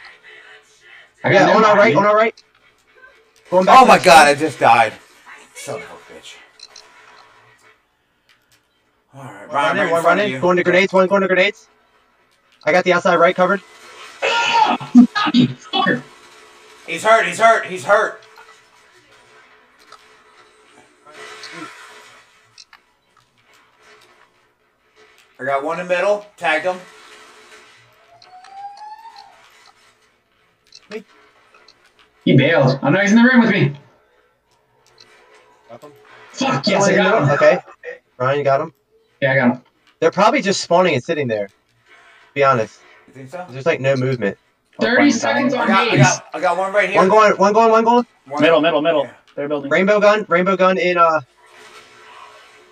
Speaker 3: I
Speaker 2: Yeah,
Speaker 3: got
Speaker 2: on
Speaker 3: him.
Speaker 2: our right, on our right. Going back
Speaker 1: Oh
Speaker 2: to
Speaker 1: my
Speaker 2: the-
Speaker 1: god, I just died. Son of a bitch. All right,
Speaker 2: One
Speaker 1: Ryan,
Speaker 2: running,
Speaker 1: right in
Speaker 2: one
Speaker 1: front of
Speaker 2: running.
Speaker 1: you.
Speaker 2: Going to grenades, one going to grenades. I got the outside right covered.
Speaker 3: Got me. Fucker.
Speaker 1: He's hurt. He's hurt. He's hurt. I got one in the middle. Tagged him.
Speaker 3: He bailed. I know he's in the room with me. Fuck yes, I got him.
Speaker 2: Okay. Ryan got him.
Speaker 3: Yeah, I got him.
Speaker 2: They're probably just spawning and sitting there. Be honest.
Speaker 1: You think so?
Speaker 2: There's like no movement.
Speaker 3: Thirty seconds
Speaker 1: I
Speaker 3: on
Speaker 1: got, I
Speaker 3: Hayes.
Speaker 1: got, I got one right here.
Speaker 2: One going, one going, one going.
Speaker 1: One-
Speaker 5: Middle, middle, middle. They're building.
Speaker 2: Rainbow gun, rainbow gun in uh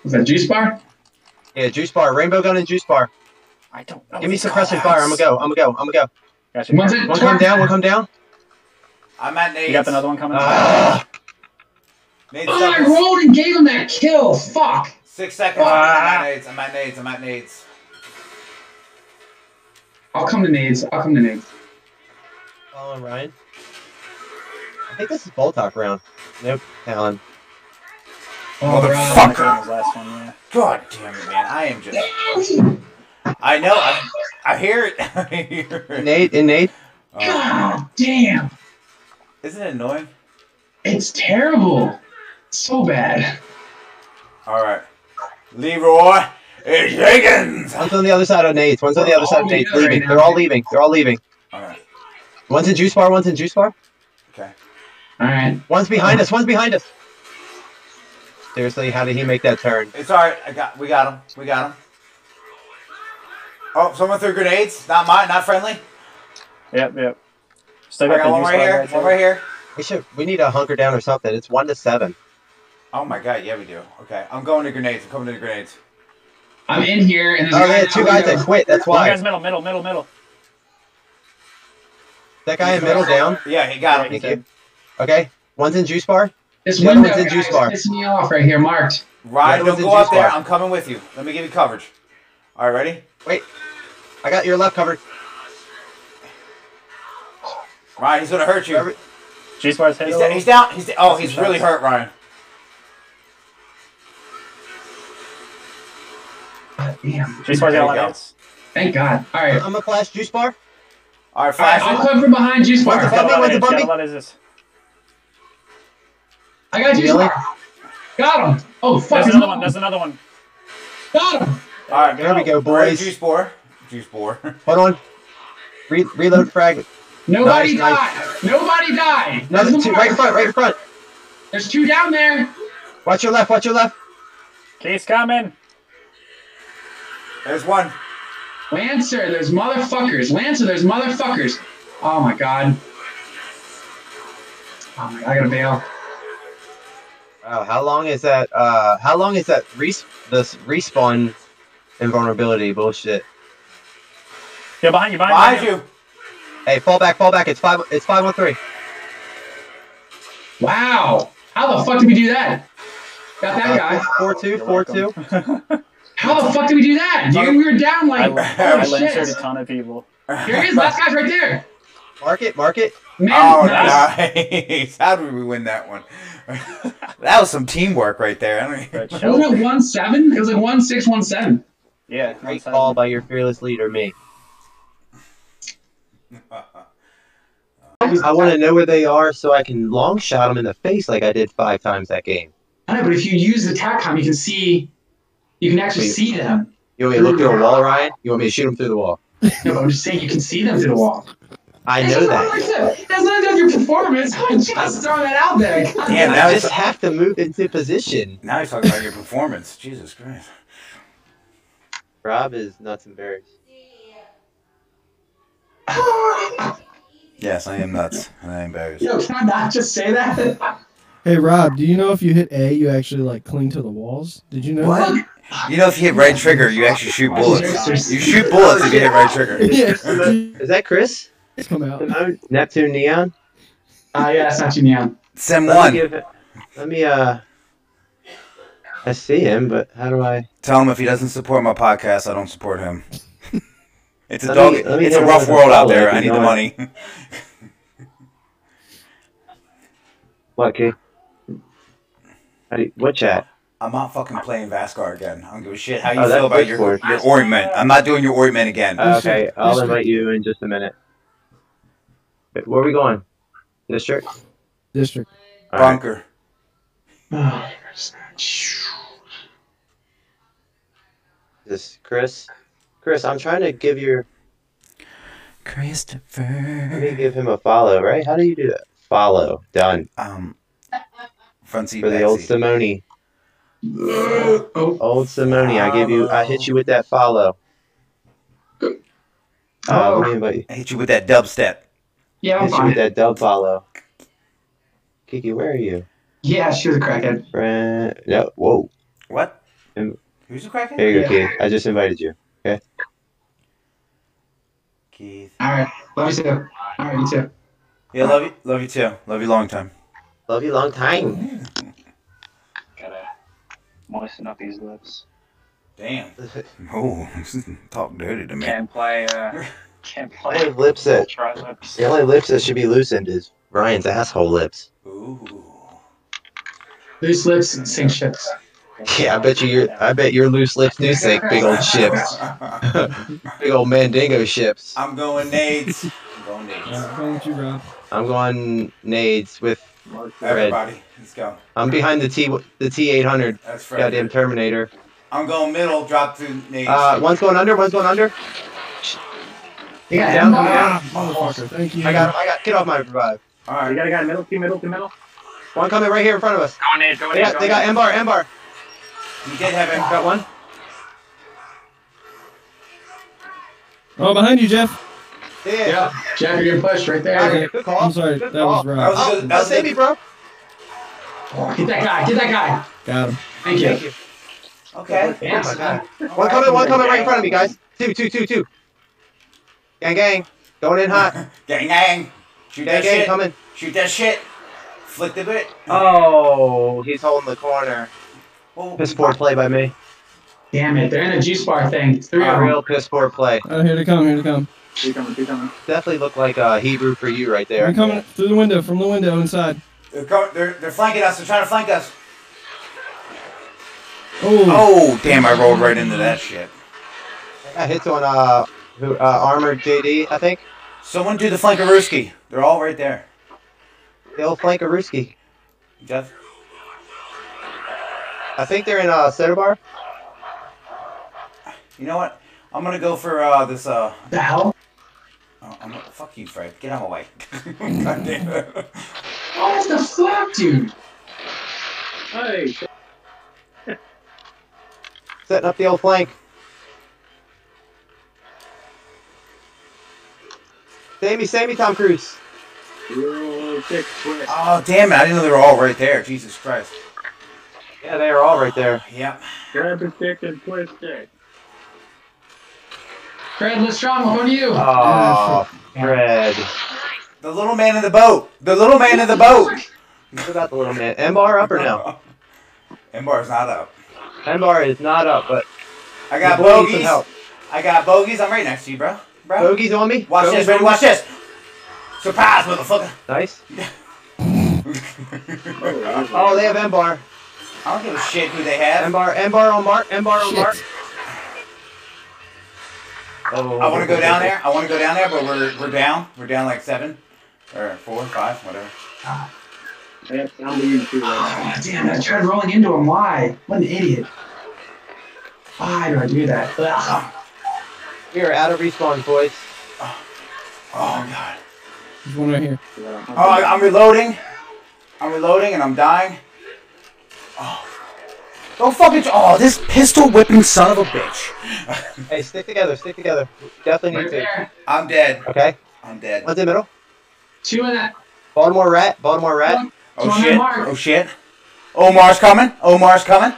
Speaker 3: Was that juice bar?
Speaker 2: yeah juice bar. Rainbow gun and juice bar.
Speaker 5: I don't know.
Speaker 2: Give me
Speaker 5: the
Speaker 2: suppressing
Speaker 5: call
Speaker 2: fire. I'm gonna go. I'm gonna go. I'm gonna go.
Speaker 5: outs. Gotcha.
Speaker 3: One's at
Speaker 2: One come
Speaker 3: twerk.
Speaker 2: down. One come down.
Speaker 1: I'm at Nate.
Speaker 5: You got another one coming.
Speaker 1: Uh,
Speaker 2: Ah,
Speaker 1: Nate's
Speaker 3: Oh, I
Speaker 1: seconds.
Speaker 3: rolled and gave him that kill. Fuck.
Speaker 1: Six seconds.
Speaker 5: Ah.
Speaker 1: I'm at Nate's. I'm at Nate's. I'm at Nate's.
Speaker 3: I'll come to nades. I'll come to nades.
Speaker 2: Following Ryan. I think this is Boltock round. Nope, Alan.
Speaker 3: Oh, Rob.
Speaker 5: Fuck. Last one, yeah.
Speaker 1: God damn it, man. I am just. I know. I, I hear it. I hear it.
Speaker 2: Nate and Nate.
Speaker 1: Oh,
Speaker 3: God damn.
Speaker 1: isn't it annoying?
Speaker 3: It's terrible. So bad.
Speaker 1: All right. Leroy is Higgins.
Speaker 2: One's on the other side of Nate's. One's on the other side of
Speaker 3: We're all
Speaker 2: Nate's.
Speaker 3: together
Speaker 2: Leaving.
Speaker 3: right
Speaker 2: They're
Speaker 3: now.
Speaker 2: all leaving. They're all leaving.
Speaker 1: All right.
Speaker 2: One's in juice bar. One's in juice bar.
Speaker 1: Okay.
Speaker 3: All right.
Speaker 2: One's behind us. One's behind us. Seriously, how did he make that turn?
Speaker 1: It's all right. I got. We got him. We got him. Oh, someone threw grenades. Not mine. Not friendly.
Speaker 5: Yep, yep. Still
Speaker 1: I
Speaker 5: got
Speaker 1: got
Speaker 5: the
Speaker 1: one
Speaker 5: juice
Speaker 1: right
Speaker 5: bar
Speaker 1: here.
Speaker 5: guys,
Speaker 1: One
Speaker 5: yeah.
Speaker 1: right here.
Speaker 2: We should. We need to hunker down or something. It's one to seven.
Speaker 1: Oh my god. Yeah, we do. Okay. I'm going to grenades. I'm coming to the grenades.
Speaker 3: I'm in here and there's
Speaker 2: Oh
Speaker 3: a guy
Speaker 2: yeah, two
Speaker 3: out
Speaker 2: guys
Speaker 3: there.
Speaker 2: that quit. That's
Speaker 5: One
Speaker 2: why.
Speaker 5: guy's middle, middle, middle, middle.
Speaker 2: That guy in middle down.
Speaker 1: Yeah, he got him.
Speaker 5: Thank
Speaker 2: Thank
Speaker 5: you.
Speaker 2: you. Okay. One's in juice bar.
Speaker 3: This
Speaker 2: The other
Speaker 3: window
Speaker 2: one's
Speaker 3: guy
Speaker 2: in
Speaker 3: is
Speaker 2: juice bar.
Speaker 3: pissing me off right here, marked.
Speaker 1: Ryan,
Speaker 2: Yeah,
Speaker 1: don't
Speaker 2: it was
Speaker 1: go
Speaker 2: a
Speaker 1: up
Speaker 2: juice
Speaker 1: there.
Speaker 2: bar.
Speaker 1: I'm coming with you. Let me give you coverage. All right, ready?
Speaker 2: Wait. I got your left covered.
Speaker 1: Ryan, he's gonna hurt you.
Speaker 2: Robert-
Speaker 5: Juice bar's hit.
Speaker 1: He's,
Speaker 5: a
Speaker 1: da-
Speaker 5: little.
Speaker 1: he's down. He's da- oh, he's really hurt, Ryan.
Speaker 3: God damn.
Speaker 5: Juice bar's got a
Speaker 1: There
Speaker 5: lot
Speaker 1: you
Speaker 5: of
Speaker 1: go.
Speaker 5: hits.
Speaker 3: Thank God. All right.
Speaker 2: I'm
Speaker 3: All
Speaker 2: gonna flash juice bar.
Speaker 1: All right,
Speaker 3: right. I'll
Speaker 1: flash it.
Speaker 3: come from behind juice
Speaker 2: What
Speaker 3: bar.
Speaker 2: the fuck?
Speaker 5: Got a
Speaker 2: Bumby,
Speaker 5: lot of hits, got a
Speaker 2: Bumby.
Speaker 5: lot of hits.
Speaker 3: I got juice
Speaker 2: Really?
Speaker 3: bar. Got him. Oh fuck.
Speaker 5: There's another one. There's another one.
Speaker 3: Got him.
Speaker 1: All right,
Speaker 2: There we go,
Speaker 1: Ryan,
Speaker 2: boys.
Speaker 1: Juice bore. Juice bore.
Speaker 2: Hold on. Re- reload frag.
Speaker 3: Nobody
Speaker 2: Nice,
Speaker 3: died. Nobody died.
Speaker 2: Another
Speaker 3: There's
Speaker 2: two.
Speaker 3: more.
Speaker 2: Right in front. Right in front.
Speaker 3: There's two down there.
Speaker 2: Watch your left. Watch your left.
Speaker 5: Case coming.
Speaker 1: There's one.
Speaker 3: Lancer, there's motherfuckers. Lancer, there's motherfuckers. Oh my god. Oh my god, I gotta bail.
Speaker 2: Wow. How long is that? Uh, how long is that? Res- this respawn invulnerability bullshit.
Speaker 5: Yeah, behind you, behind,
Speaker 1: Behind you.
Speaker 2: Hey, fall back. Fall back. It's five. It's five on three.
Speaker 3: Wow. How the fuck did we do that? Got that
Speaker 2: Uh,
Speaker 3: guy.
Speaker 2: four two. Four two.
Speaker 3: How the fuck did we do that? Dude, we were down
Speaker 5: I,
Speaker 3: like.
Speaker 5: I
Speaker 3: oh shit.
Speaker 5: lancered a ton of people.
Speaker 3: Here he is. Last guy's right there.
Speaker 2: Mark it. Mark it.
Speaker 3: Man,
Speaker 1: Oh,
Speaker 3: nice.
Speaker 1: nice. How did we win that one? that was some teamwork right there. I don't
Speaker 5: But
Speaker 1: even...
Speaker 5: show-
Speaker 3: Wasn't it one seven? It was like one six one seven.
Speaker 5: yeah,
Speaker 2: Great
Speaker 5: outside.
Speaker 2: call by your fearless leader, me. I want to know where they are so I can long shot them in the face like I did five times that game.
Speaker 3: I know, but if you use the TACCOM, you can see. You can actually
Speaker 2: Wait.
Speaker 3: see them.
Speaker 2: You want me to look through a wall, Ryan? You want me to shoot them through the wall?
Speaker 3: No, but I'm just saying you can see them through the wall.
Speaker 2: I
Speaker 3: That's
Speaker 2: know
Speaker 3: not
Speaker 2: that.
Speaker 3: what I said. That's not just your performance. I'm just throwing that out there. God
Speaker 1: Damn, now
Speaker 2: I
Speaker 1: he's,
Speaker 2: just have to move into position.
Speaker 1: now he's talking about your performance. Jesus Christ.
Speaker 2: Rob is nuts and berries.
Speaker 1: Yes, I am nuts. and I am embarrassed.
Speaker 3: Yo, can I not just say that? Uh,
Speaker 6: Hey Rob, do you know if you hit A, you actually like cling to the walls? Did you know
Speaker 1: What? You know, if you hit right trigger, you actually shoot bullets. You shoot bullets if you hit right trigger.
Speaker 6: that? Yes.
Speaker 2: Is that Chris?
Speaker 6: It's come out.
Speaker 2: Neptune Neon?
Speaker 3: Uh, yeah, that's not you, Neon.
Speaker 1: Sim
Speaker 2: Let me
Speaker 1: one.
Speaker 2: give it. Let me, uh. I see him, but how do I.
Speaker 1: Tell him if he doesn't support my podcast, I don't support him. It's a
Speaker 2: Let
Speaker 1: dog.
Speaker 2: me- let me
Speaker 1: it's a
Speaker 2: hit
Speaker 1: rough
Speaker 2: him with a
Speaker 1: world out
Speaker 2: follow-up,
Speaker 1: there. I
Speaker 2: you
Speaker 1: need
Speaker 2: know
Speaker 1: the
Speaker 2: it.
Speaker 1: money.
Speaker 2: Lucky. How do you- what chat?
Speaker 1: I'm not fucking playing Vascar again. I don't give a shit how you
Speaker 2: Oh, that's
Speaker 1: feel about your
Speaker 2: Discord.
Speaker 1: your ointment. I'm not doing your ointment again.
Speaker 2: okay,
Speaker 6: Uh, District,
Speaker 2: I'll
Speaker 6: district.
Speaker 2: invite you in just a minute. Wait, Where are we going? District?
Speaker 6: District.
Speaker 2: All right.
Speaker 1: Bunker.
Speaker 3: Oh.
Speaker 2: This Chris. Chris, I'm trying to give your. Let me
Speaker 1: Christopher.
Speaker 2: give him a follow, right? How do you do that? Follow. Done.
Speaker 1: Um. Front seat.
Speaker 2: For
Speaker 1: Back
Speaker 2: the old
Speaker 1: seat.
Speaker 2: Simone.
Speaker 3: oh,
Speaker 2: Old Simone, I gave you. I hit you with that follow. Uh,
Speaker 3: Oh.
Speaker 2: let me invite you.
Speaker 1: I hit you with that dubstep.
Speaker 3: yeah, I'm
Speaker 2: Hit you with
Speaker 3: fine.
Speaker 2: that dub follow. Kiki, where are you?
Speaker 3: Yeah, sure, crackhead.
Speaker 2: Friend. No. Whoa.
Speaker 1: What?
Speaker 2: Um,
Speaker 1: Who's the crackhead?
Speaker 2: There you go,
Speaker 3: Yeah.
Speaker 2: kid. I just invited you.
Speaker 1: Keith.
Speaker 3: All right, love you too. All right, you too.
Speaker 1: Yeah, love you. Love you too. Love you long time.
Speaker 2: Love you long time.
Speaker 5: Gotta moisten up these lips.
Speaker 1: Damn. Oh, talk dirty to me.
Speaker 5: Can't play. Uh, can't
Speaker 2: I
Speaker 5: play.
Speaker 2: have lips that
Speaker 5: Try lips.
Speaker 2: The only lips that should be loosened is Ryan's asshole lips.
Speaker 1: Ooh.
Speaker 3: Loose lips and sink ships.
Speaker 2: Yeah, I bet you uh, your I bet your loose lips do sink big old ships, big old Mandingo ships.
Speaker 1: I'm going nades. I'm going nades.
Speaker 6: What's wrong with you, Rob?
Speaker 2: I'm going nades with
Speaker 1: Everybody, let's go.
Speaker 2: I'm behind the T the T eight hundred
Speaker 1: That's Fred.
Speaker 2: goddamn Terminator.
Speaker 1: I'm going middle. Drop to nades.
Speaker 2: Uh, one's going under, one's going under.
Speaker 3: Yeah,
Speaker 2: Down,
Speaker 3: I'm-
Speaker 2: down.
Speaker 6: Motherfucker, thank you.
Speaker 2: I got him, I got get off my revive.
Speaker 1: All right.
Speaker 5: gotta got middle, two middle, two middle.
Speaker 2: One coming right here in front of us.
Speaker 5: Going in, going
Speaker 2: Yeah, they got Embar, Embar.
Speaker 1: He did have it.
Speaker 2: Got one.
Speaker 6: Oh, behind you, Jeff.
Speaker 2: Yeah.
Speaker 3: Yeah, Jeff, you're getting pushed right there.
Speaker 6: Okay.
Speaker 2: Good call.
Speaker 6: I'm sorry,
Speaker 2: Good
Speaker 6: that was
Speaker 2: call.
Speaker 6: Rob.
Speaker 2: Oh, that's Sammy, bro.
Speaker 3: Get that guy. Get that guy.
Speaker 6: Got him.
Speaker 3: Thank you.
Speaker 1: Okay.
Speaker 2: Oh
Speaker 3: Yeah.
Speaker 2: my God. One coming, one coming right in front of me, guys. Two, two, two, two. Gang, gang. Going in hot.
Speaker 1: Gang, gang. Shoot
Speaker 2: Gang,
Speaker 1: that
Speaker 2: gang,
Speaker 1: shit.
Speaker 2: coming.
Speaker 1: Shoot that shit. Flick the bit.
Speaker 2: Oh, he's holding the corner.
Speaker 1: Oh,
Speaker 2: Piss poor play by me.
Speaker 3: Damn it, they're in the juice bar thing. Three
Speaker 2: A
Speaker 1: Oh.
Speaker 3: of them.
Speaker 2: real piss poor play.
Speaker 6: Oh, here they come, here they come.
Speaker 3: Keep coming, keep coming.
Speaker 2: Definitely look like uh, Hebrew for you right
Speaker 6: They're
Speaker 2: there.
Speaker 6: coming through the window, from the window inside.
Speaker 1: They're, co- they're, they're flanking us. They're trying to flank us.
Speaker 6: Oh,
Speaker 1: Oh, damn. I rolled right into that shit.
Speaker 2: I hits on uh, who, uh, armored JD, I think.
Speaker 1: Someone do the flankarooski. They're all right there.
Speaker 2: The old flank of Ruski.
Speaker 1: Jeff?
Speaker 2: I think they're in uh, Cedar Bar.
Speaker 1: You know what? I'm gonna go for uh, this. Uh,
Speaker 3: The hell?
Speaker 1: oh, I'm gonna, fuck you, Fred. Get out of my way. God damn it.
Speaker 3: What the fuck, dude?
Speaker 5: Hey,
Speaker 2: Setting up the old flank. Sammy, Sammy, Tom Cruise.
Speaker 5: real kick twist.
Speaker 1: Oh damn it! I didn't know they were all right there. Jesus Christ.
Speaker 2: Yeah, they are all right there.
Speaker 1: Yep.
Speaker 5: Grab a stick and twist it.
Speaker 3: Fred Lestrom, I'm on you.
Speaker 2: Oh, Fred.
Speaker 1: The little man in the boat. The little man in the boat.
Speaker 2: What about the little man? Embar up or no?
Speaker 1: Embar's not up.
Speaker 2: Embar is not up, but
Speaker 1: I got
Speaker 2: the boy needs
Speaker 1: bogeys.
Speaker 2: some help.
Speaker 1: I got bogeys. I'm right next to you, bro. Bro.
Speaker 2: Bogey's on me.
Speaker 1: Watch
Speaker 2: Bogey's
Speaker 1: this, ready?
Speaker 2: on me.
Speaker 1: Watch this. Surprise, motherfucker.
Speaker 2: Nice. Oh, they have Embar.
Speaker 1: I don't give a shit who they have.
Speaker 2: Embar, Embar on Mark. Embar on
Speaker 6: Shit.
Speaker 2: Mark. Oh,
Speaker 1: I want to go down there. I want to go down there, but we're we're down. We're down like seven, or four, five, whatever.
Speaker 5: I'm leading two right
Speaker 3: Oh, damn it, I tried rolling into him. Why? What an idiot. Why do I do that? Ugh.
Speaker 2: We are out of respawn, boys.
Speaker 1: Oh god.
Speaker 6: there's one right here.
Speaker 5: now.
Speaker 1: Oh, I- I'm reloading. I'm reloading and I'm dying. Oh. Don't fucking. Oh, this pistol whipping son of a bitch.
Speaker 2: Hey, stick together. Stick together. Definitely
Speaker 3: Right
Speaker 2: need to.
Speaker 3: there.
Speaker 1: I'm dead.
Speaker 2: Okay.
Speaker 1: I'm dead.
Speaker 2: What's in the middle?
Speaker 3: Two in that.
Speaker 2: Baltimore Rat. Baltimore Rat.
Speaker 1: Oh
Speaker 3: on
Speaker 1: shit.
Speaker 3: Mark.
Speaker 1: Oh shit. Omar's coming. Omar's coming.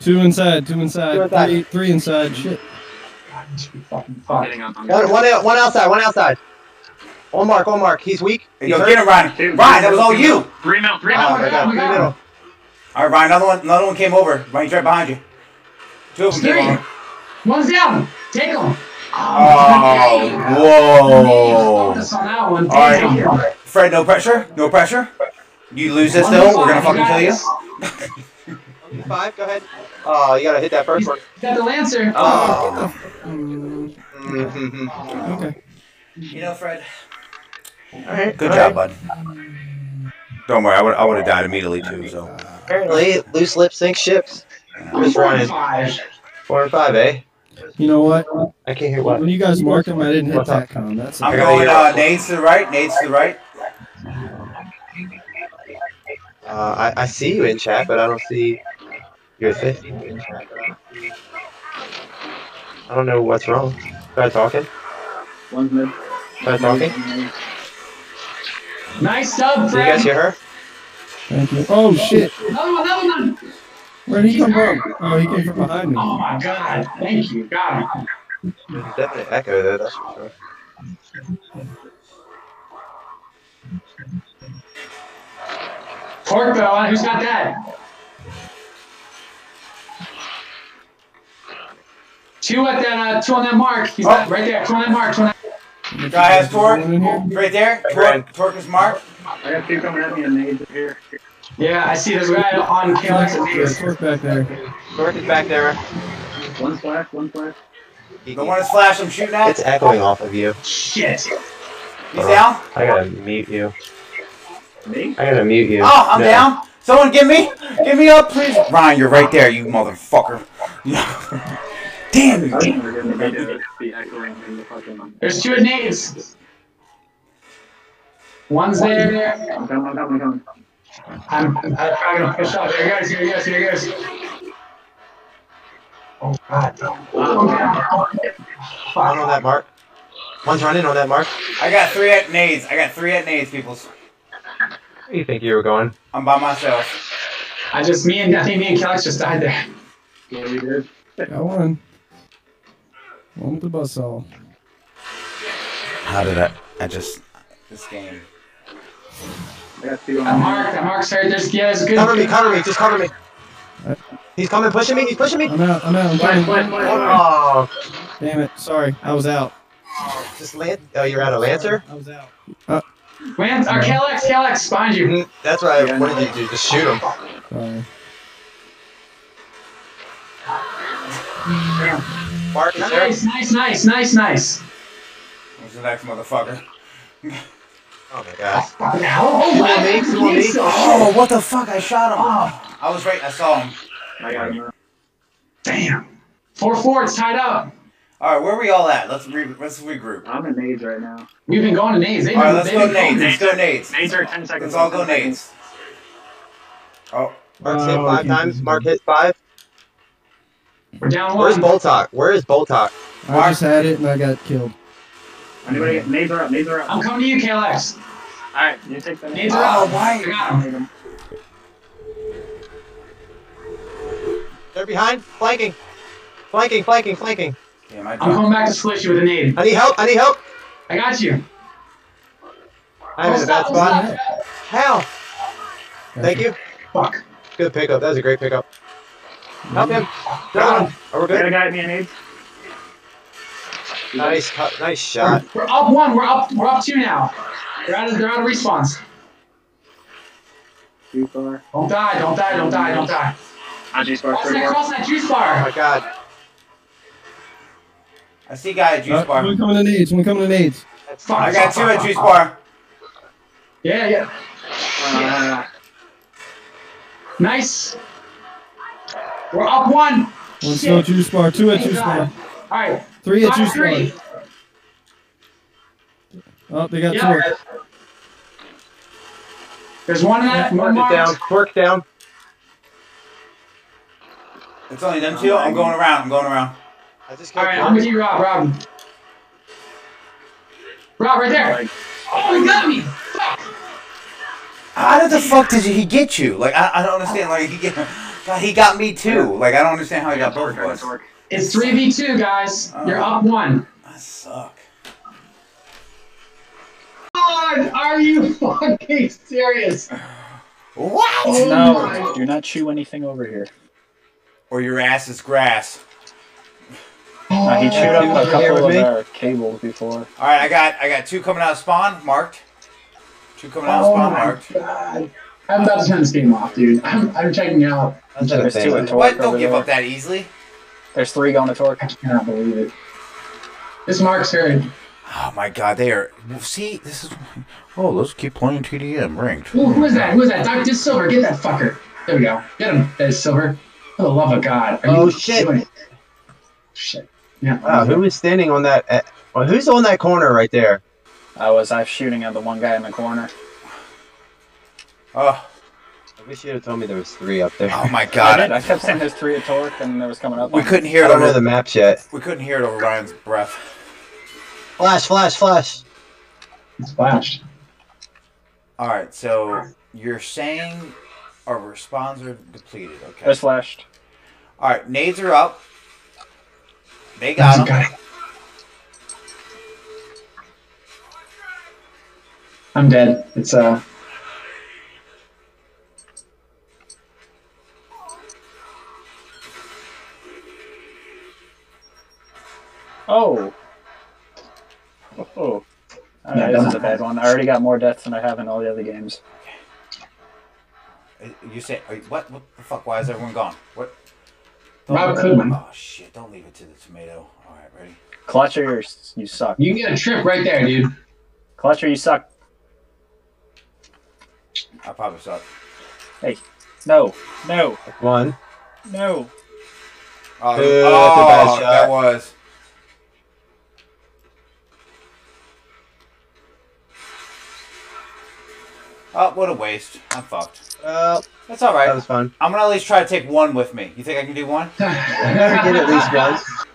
Speaker 6: Two inside, two inside,
Speaker 2: Two inside.
Speaker 6: Three, three inside. Shit.
Speaker 3: God, this should be fucking fun.
Speaker 5: Hitting up on
Speaker 2: One, one, out- one outside. One outside. On Mark. On Mark. He's weak. He's
Speaker 1: Yo,
Speaker 2: hurt.
Speaker 1: get him, Ryan. Ryan, that was all you.
Speaker 5: Three mil, three
Speaker 2: Oh,
Speaker 5: mil.
Speaker 2: my
Speaker 3: we got
Speaker 2: God.
Speaker 3: him, we got
Speaker 2: Middle.
Speaker 3: him.
Speaker 1: All right, Ryan. Another one. Another one came over. Ryan's right behind you. Two of them
Speaker 3: Three.
Speaker 1: came over.
Speaker 3: One's down. Take him. Oh,
Speaker 1: Oh, whoa.
Speaker 3: Focus on that one.
Speaker 1: All right.
Speaker 3: Damn.
Speaker 1: Fred, no pressure. No pressure. You lose this
Speaker 3: One
Speaker 1: though,
Speaker 3: to
Speaker 1: we're gonna
Speaker 3: five,
Speaker 1: fucking kill you.
Speaker 3: guys.
Speaker 2: Five. Go ahead. Oh, you gotta hit that first
Speaker 3: He's
Speaker 2: one.
Speaker 3: got the Lancer. Mm.
Speaker 2: Oh. Mm-hmm,
Speaker 6: Okay.
Speaker 1: You know, Fred.
Speaker 2: All right.
Speaker 1: Good
Speaker 2: all
Speaker 1: job,
Speaker 2: right.
Speaker 1: bud. Don't worry, I would I would have died immediately too. So
Speaker 2: Apparently, loose lips sink ships.
Speaker 3: I'm
Speaker 2: Just
Speaker 3: four and
Speaker 2: Ryan.
Speaker 3: five.
Speaker 2: Four and five, eh? Uh,
Speaker 6: You know what?
Speaker 2: I can't hear what.
Speaker 6: When you guys marked him, I didn't hit
Speaker 2: What's up?
Speaker 6: that con. That's
Speaker 1: I'm
Speaker 2: I
Speaker 6: it.
Speaker 2: gotta
Speaker 1: going
Speaker 2: hear
Speaker 1: uh,
Speaker 2: it.
Speaker 1: nades to the right, nades to the right.
Speaker 2: Uh, I, I see you in chat, but I don't see your thing. I don't know what's wrong. Try talking.
Speaker 5: One's mid.
Speaker 2: Try talking.
Speaker 3: Nice sub,
Speaker 2: Do you
Speaker 3: Fred.
Speaker 2: guys hear her?
Speaker 6: Thank you. Oh shit!
Speaker 3: Another one, another one.
Speaker 6: Where did he come from? Oh, he came from behind me.
Speaker 3: Oh my god, thank you, God.
Speaker 2: There's definitely echo there, that's for sure.
Speaker 3: Pork barrel, who's got that? Two at that, uh, two on that mark. He's
Speaker 2: Oh.
Speaker 3: got- right there, two on that mark, two on that.
Speaker 1: Guy has torque.
Speaker 6: Anyone in here?
Speaker 1: Right there.
Speaker 2: Right.
Speaker 1: Torque, torque is marked.
Speaker 5: I got two coming at me and nades are here.
Speaker 3: Yeah, I see this guy on Kalen's
Speaker 6: Let's work back there.
Speaker 2: Torque is back there.
Speaker 5: One flash, one flash.
Speaker 1: The one to slash I'm shooting at.
Speaker 2: It's echoing off of you.
Speaker 3: Shit.
Speaker 1: He's down.
Speaker 2: I gotta mute you.
Speaker 5: Me?
Speaker 2: I gotta mute you.
Speaker 1: Oh, I'm
Speaker 2: No.
Speaker 1: down. Someone get me. Get me up, please. Ryan, you're right there, you motherfucker. Damn
Speaker 5: I
Speaker 1: you.
Speaker 5: think we're gonna need to be echoing in the fucking.
Speaker 3: There's two at nades. One's there.
Speaker 5: I'm coming, I'm coming, I'm coming.
Speaker 3: I'm, I'm probably gonna push up. There he goes, here he goes, here he goes. Oh, god damn. Oh, God.
Speaker 2: One on that mark. One's running on that mark.
Speaker 1: I got three at nades. I got three at nades, peoples.
Speaker 2: Where do you think you were going?
Speaker 1: I'm by myself.
Speaker 3: I just, me and, I think me and Kellex just died there.
Speaker 5: Yeah, we did.
Speaker 6: Got one. One with the bus all.
Speaker 1: How did I? I just. This game.
Speaker 5: I got two
Speaker 3: That
Speaker 5: on me.
Speaker 3: mark, that mark's hurt. There's, yeah, there's a
Speaker 2: Cover me,
Speaker 3: good.
Speaker 2: cover me, just cover me. He's coming, pushing me, he's pushing me.
Speaker 6: I'm out. I'm out. I'm coming.
Speaker 5: One, one, one.
Speaker 2: Oh,
Speaker 6: Damn it. Sorry. I was out.
Speaker 2: just land. Oh, you're out of Lancer?
Speaker 6: I was out.
Speaker 3: Wins, or Kellex, Kellex, behind you.
Speaker 2: Mm, That's what I wanted you to do, just shoot him.
Speaker 6: Sorry.
Speaker 2: Mark is there.
Speaker 3: Nice, nice, nice, nice, nice.
Speaker 1: Who's the next motherfucker?
Speaker 2: Oh my gosh.
Speaker 3: Oh, oh,
Speaker 2: on me, come on me.
Speaker 3: Jesus. Oh,
Speaker 1: what the fuck? I shot him. I was right. I saw him.
Speaker 5: I got him.
Speaker 3: damn. 4 4, it's tied up.
Speaker 1: All right, where are we all at? Let's re- let's regroup.
Speaker 5: I'm in nades right now.
Speaker 3: We've been going to nades. They've
Speaker 1: All
Speaker 3: been,
Speaker 1: right, let's
Speaker 3: they've
Speaker 1: go
Speaker 3: been
Speaker 1: nades. Let's
Speaker 3: going
Speaker 1: go nades.
Speaker 5: Nades are 10 seconds.
Speaker 1: Let's all go nades. Oh,
Speaker 2: Mark's hit
Speaker 6: Oh,
Speaker 2: five
Speaker 6: okay.
Speaker 2: times. Mark hit five.
Speaker 3: to- We're down
Speaker 2: Where's
Speaker 3: one.
Speaker 2: Boltok? Where is Boltok?
Speaker 6: I just had it and I got killed.
Speaker 5: Anybody? Nades are up, nades are up.
Speaker 3: I'm coming to you, KLX.
Speaker 5: Alright, you take the
Speaker 3: Nades
Speaker 5: nades.
Speaker 3: are
Speaker 1: Oh,
Speaker 3: up.
Speaker 1: why-
Speaker 3: I got 'em.
Speaker 2: They're behind. Flanking. Flanking, flanking, flanking.
Speaker 1: damn! I
Speaker 3: I'm
Speaker 1: dropped.
Speaker 3: going back to solution with a nade.
Speaker 2: I need help. I need help.
Speaker 3: I got you.
Speaker 2: I'm in a
Speaker 3: Don't
Speaker 2: bad
Speaker 3: stop,
Speaker 2: spot.
Speaker 3: don't stop.
Speaker 2: How? Thank you.
Speaker 3: Fuck.
Speaker 2: Good pickup. That was a great pickup. Help him. Another one. Oh, we're
Speaker 5: I got a
Speaker 2: good.
Speaker 5: guy at me in nades.
Speaker 2: Nice cut. Nice shot.
Speaker 3: We're up one. We're up. We're up two now. They're out of. They're out of respawns.
Speaker 5: Too far.
Speaker 3: Don't die. Don't die. Don't die. Don't die.
Speaker 5: I just far Uh,
Speaker 3: Cross
Speaker 5: three
Speaker 3: that.
Speaker 5: more.
Speaker 3: Cross that juice
Speaker 2: Oh
Speaker 3: bar.
Speaker 2: my god.
Speaker 1: I see guy at juice
Speaker 6: Uh,
Speaker 1: bar.
Speaker 6: Someone coming to nades. Someone coming to nades.
Speaker 2: That's
Speaker 3: Fuck.
Speaker 1: I got two at juice bar.
Speaker 3: Yeah. Yeah.
Speaker 5: Uh,
Speaker 3: Nice. We're up one.
Speaker 6: One
Speaker 3: Shit.
Speaker 6: still at juice bar. Two at
Speaker 3: Thank
Speaker 6: juice
Speaker 3: God.
Speaker 6: bar.
Speaker 3: All right.
Speaker 6: Three at
Speaker 3: Five,
Speaker 6: juice
Speaker 3: three.
Speaker 6: bar. Oh, they got
Speaker 3: Yeah.
Speaker 6: two.
Speaker 3: There's one in that. One mark.
Speaker 2: Mark it down. Work down.
Speaker 1: It's only them two. I'm going around. I'm going around.
Speaker 2: I just
Speaker 3: All
Speaker 2: killed
Speaker 3: right. I'm with you, Rob. Rob. Rob, right there. Oh, he got me. Fuck.
Speaker 1: How did the fuck did he get you? Like I, I don't understand. Like he get, God, he got me too. Like I don't understand how he got both of us.
Speaker 3: It's three v two, guys. You're up one.
Speaker 1: I suck.
Speaker 3: God, are you fucking serious?
Speaker 1: What?
Speaker 5: no, do not chew anything over here.
Speaker 1: Or your ass is grass.
Speaker 5: Uh, he chewed up a
Speaker 2: Over here
Speaker 5: couple
Speaker 2: with
Speaker 5: of
Speaker 2: me.
Speaker 5: our cables before.
Speaker 1: All right, I got I got two coming out of spawn marked. Two coming out of
Speaker 3: Oh
Speaker 1: spawn
Speaker 3: my
Speaker 1: marked.
Speaker 3: God. I'm about to turn this game off, dude. I'm, I'm checking out.
Speaker 2: That's what I'm
Speaker 5: There's two
Speaker 2: saying.
Speaker 5: at
Speaker 1: What?
Speaker 5: Torque
Speaker 1: Don't
Speaker 5: over
Speaker 1: give
Speaker 5: there.
Speaker 1: up that easily.
Speaker 5: There's three going to Torque.
Speaker 3: I cannot believe it. This marks her.
Speaker 1: Oh my god, they are. See, this is. Oh, let's keep playing TDM ranked.
Speaker 3: Ooh, who is that? Who is that? Dr. Silver, get that fucker. There we go. Get him. That is Silver. For the love of God. Are you
Speaker 2: Oh, shit.
Speaker 3: doing it? Shit. Yeah.
Speaker 2: Wow, who is standing on that? eh, well, who's on that corner right there?
Speaker 5: I was I was shooting at the one guy in the corner.
Speaker 1: Oh,
Speaker 2: wish you'd have told me there was three up there.
Speaker 1: Oh my
Speaker 5: I
Speaker 1: god.
Speaker 5: did. I kept saying there's three at Torque, and there was coming up.
Speaker 1: We
Speaker 5: on-
Speaker 1: couldn't hear
Speaker 2: I
Speaker 1: it
Speaker 2: don't know
Speaker 1: over
Speaker 2: the maps yet.
Speaker 1: we couldn't hear it over Ryan's breath.
Speaker 2: Flash, flash, flash.
Speaker 3: It's flashed.
Speaker 1: Alright, so you're saying our responds are depleted, okay.
Speaker 5: There's flashed.
Speaker 1: Alright, nades are up. They got him.
Speaker 3: Okay. I'm dead. It's uh.
Speaker 5: Oh. Oh.
Speaker 3: Yeah,
Speaker 5: Alright, this
Speaker 3: don't-
Speaker 5: is a bad one. I already got more deaths than I have in all the other games.
Speaker 1: Uh, You say are you- what what the fuck? Why is everyone gone? What
Speaker 3: Rob
Speaker 1: Don't-
Speaker 3: Goodman.
Speaker 1: Oh shit, don't leave it to the tomato. Alright, ready?
Speaker 5: Clutch or you're, you suck.
Speaker 3: You can get a trip right there, dude.
Speaker 5: Clutch or you suck.
Speaker 1: I probably suck.
Speaker 5: No. No.
Speaker 2: One.
Speaker 5: No.
Speaker 1: Oh,
Speaker 2: Boo, that's a bad
Speaker 1: oh,
Speaker 2: shot.
Speaker 1: that was. Oh, what a waste. I'm fucked.
Speaker 2: Well,
Speaker 1: That's all
Speaker 2: that
Speaker 1: right.
Speaker 2: was fun.
Speaker 1: I'm gonna at least try to take one with me. You think I can do one?
Speaker 2: I never get at least one.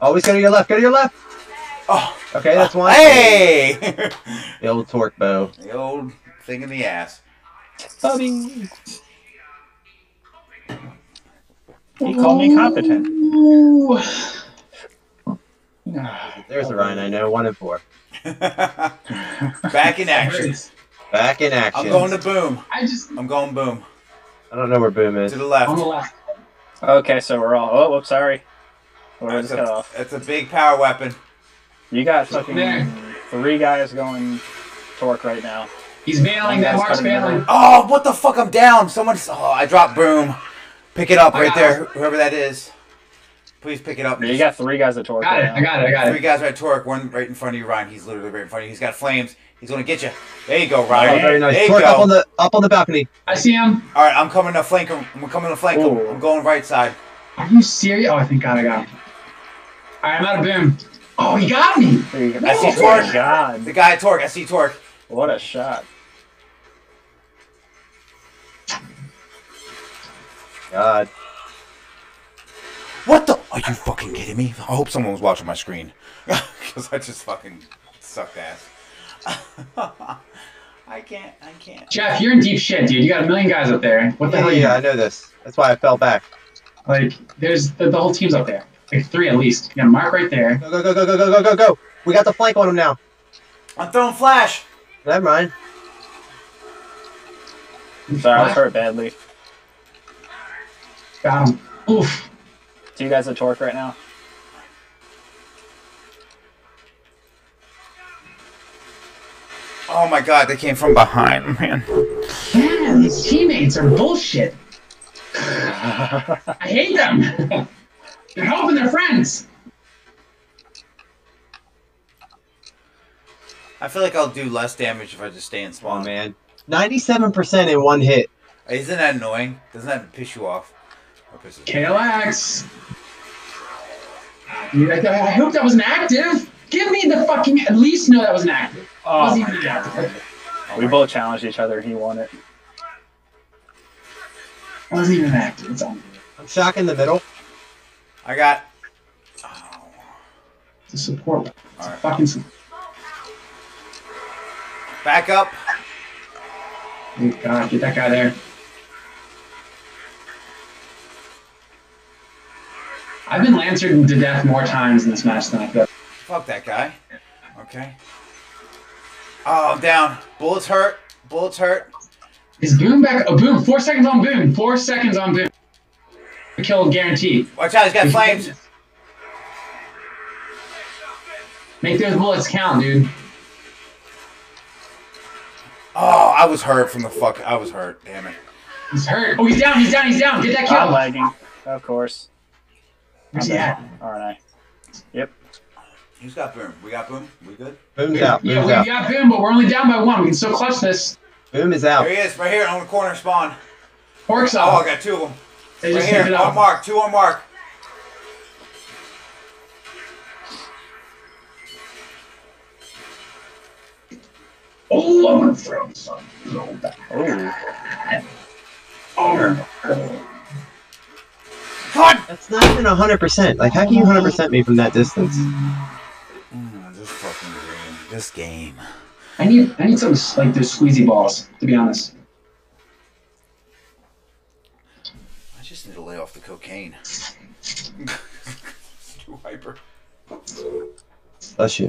Speaker 2: Always go to your left. Go to your left.
Speaker 1: Oh,
Speaker 2: Okay, that's one.
Speaker 1: hey!
Speaker 2: The old torque bow.
Speaker 1: the old thing in the ass.
Speaker 5: Bobby. He called me competent.
Speaker 3: Ooh.
Speaker 2: There's the Ryan I know. One and four.
Speaker 1: Back in action.
Speaker 2: Back in action.
Speaker 1: I'm going to boom.
Speaker 3: I just
Speaker 1: I'm going boom
Speaker 2: I don't know where Boom is.
Speaker 1: to the
Speaker 3: on the
Speaker 1: left.
Speaker 3: left.
Speaker 5: Okay, so we're all. Oh, whoops, sorry. We're
Speaker 1: That's
Speaker 5: just cut
Speaker 1: a,
Speaker 5: off.
Speaker 1: that's a big power weapon.
Speaker 5: You got fucking
Speaker 3: There.
Speaker 5: three guys going Torque right now.
Speaker 3: He's bailing. That Mark's bailing.
Speaker 1: Oh, what the fuck? I'm down. Someone's. Oh, I dropped boom. Pick it up
Speaker 3: I
Speaker 1: right
Speaker 3: got
Speaker 1: there, whoever that is. Please pick it up.
Speaker 5: You got three guys at Torque
Speaker 3: Got it.
Speaker 5: right
Speaker 3: I
Speaker 5: now.
Speaker 3: got it. I got
Speaker 1: Three
Speaker 3: it.
Speaker 1: guys right at Torque, one right in front of you, Ryan. He's literally right in front of you. He's got flames. He's gonna get you. There you go,
Speaker 2: Oh,
Speaker 1: Ryan.
Speaker 2: very nice.
Speaker 1: There you
Speaker 2: Torque
Speaker 1: go.
Speaker 2: up on the up on the balcony.
Speaker 3: I see him.
Speaker 1: All right, I'm coming to flank him. I'm coming to flank him.
Speaker 5: Ooh.
Speaker 1: I'm going right side.
Speaker 3: Are you serious? Oh, I think God, I got him. All right, I'm out of boom. Oh, he got me.
Speaker 5: Three-
Speaker 1: I see
Speaker 5: Oh
Speaker 1: Torque.
Speaker 5: my God.
Speaker 1: The guy at Torque. I see Torque.
Speaker 5: What a shot.
Speaker 2: God.
Speaker 1: What the? Are you fucking kidding me? I hope someone was watching my screen because I just fucking sucked ass. I can't. I can't.
Speaker 3: Jeff, you're in deep shit, dude. You got a million guys up there. What the
Speaker 2: Yeah,
Speaker 3: hell? you
Speaker 2: yeah, I
Speaker 3: got?
Speaker 2: know this. That's why I fell back.
Speaker 3: Like, there's the, the whole team's up there. Like three at least. You got Mark right there.
Speaker 2: Go go go go go go go go go. We got the flank on him now.
Speaker 1: I'm throwing flash.
Speaker 2: Never mind.
Speaker 5: Sorry, I was hurt badly.
Speaker 3: Got him. Oof.
Speaker 5: Two guys at Torque right now.
Speaker 1: Oh my god, they came from behind, man.
Speaker 3: Man, these teammates are bullshit. I hate them. They're helping their friends.
Speaker 1: I feel like I'll do less damage if I just stay in
Speaker 2: Come
Speaker 1: spawn.
Speaker 2: on, Oh, man. Ninety-seven percent in one hit.
Speaker 1: Isn't that annoying? Doesn't that piss you off? Or piss you-
Speaker 3: KLX. Dude, I, I hope that was an active. Give me the fucking at least know that was an active.
Speaker 5: Oh,
Speaker 3: Wasn't
Speaker 5: my
Speaker 3: even an
Speaker 5: God.
Speaker 3: active.
Speaker 1: Oh
Speaker 5: We
Speaker 1: my-
Speaker 5: both challenged each other. He won it.
Speaker 3: Wasn't even an active. It's on.
Speaker 2: I'm shock in the middle.
Speaker 1: I got.
Speaker 3: It's a support. weapon. It's a
Speaker 1: Alright.
Speaker 3: fucking support.
Speaker 1: Back up.
Speaker 3: Dude, God, get that guy there. I've been lancered to death more times in this match than I could.
Speaker 1: Fuck that guy. Okay. Oh, I'm down. Bullets hurt. Bullets hurt.
Speaker 3: Is Boom back? Oh, Boom! Four seconds on Boom. Four seconds on Boom. Kill guaranteed.
Speaker 1: Watch out, he's got flames.
Speaker 3: Make those bullets count, dude.
Speaker 1: Oh, I was hurt from the fuck. I was hurt. Damn it.
Speaker 3: He's hurt. Oh, he's down. He's down. He's down. Get that
Speaker 1: Oh
Speaker 5: I'm
Speaker 3: kill.
Speaker 5: lagging. Of course.
Speaker 3: Where's he at?
Speaker 5: Aren't I?
Speaker 1: Who's got boom? We got boom. We good?
Speaker 2: Boom's out.
Speaker 3: Yeah,
Speaker 2: Boom's
Speaker 3: we
Speaker 2: out.
Speaker 3: got Boom, but we're only down by one. We can still clutch this.
Speaker 2: Boom is
Speaker 1: There
Speaker 2: out.
Speaker 1: he is, right here on the corner spawn.
Speaker 3: Orcs
Speaker 1: Oh, I
Speaker 3: up.
Speaker 1: got two of them.
Speaker 3: They
Speaker 1: right
Speaker 3: just
Speaker 1: here,
Speaker 3: hit it
Speaker 1: on
Speaker 3: up.
Speaker 1: mark, two on mark.
Speaker 3: Oh, I'm gonna throw something. Oh, that-
Speaker 5: Oh,
Speaker 3: oh.
Speaker 2: That's not even hundred percent. Like, how can you hundred percent me from that distance?
Speaker 1: Mm, this fucking game. This game.
Speaker 3: I need I need some like those squeezy balls. To be honest,
Speaker 1: I just need to lay off the cocaine. It's too hyper.
Speaker 2: Bless you.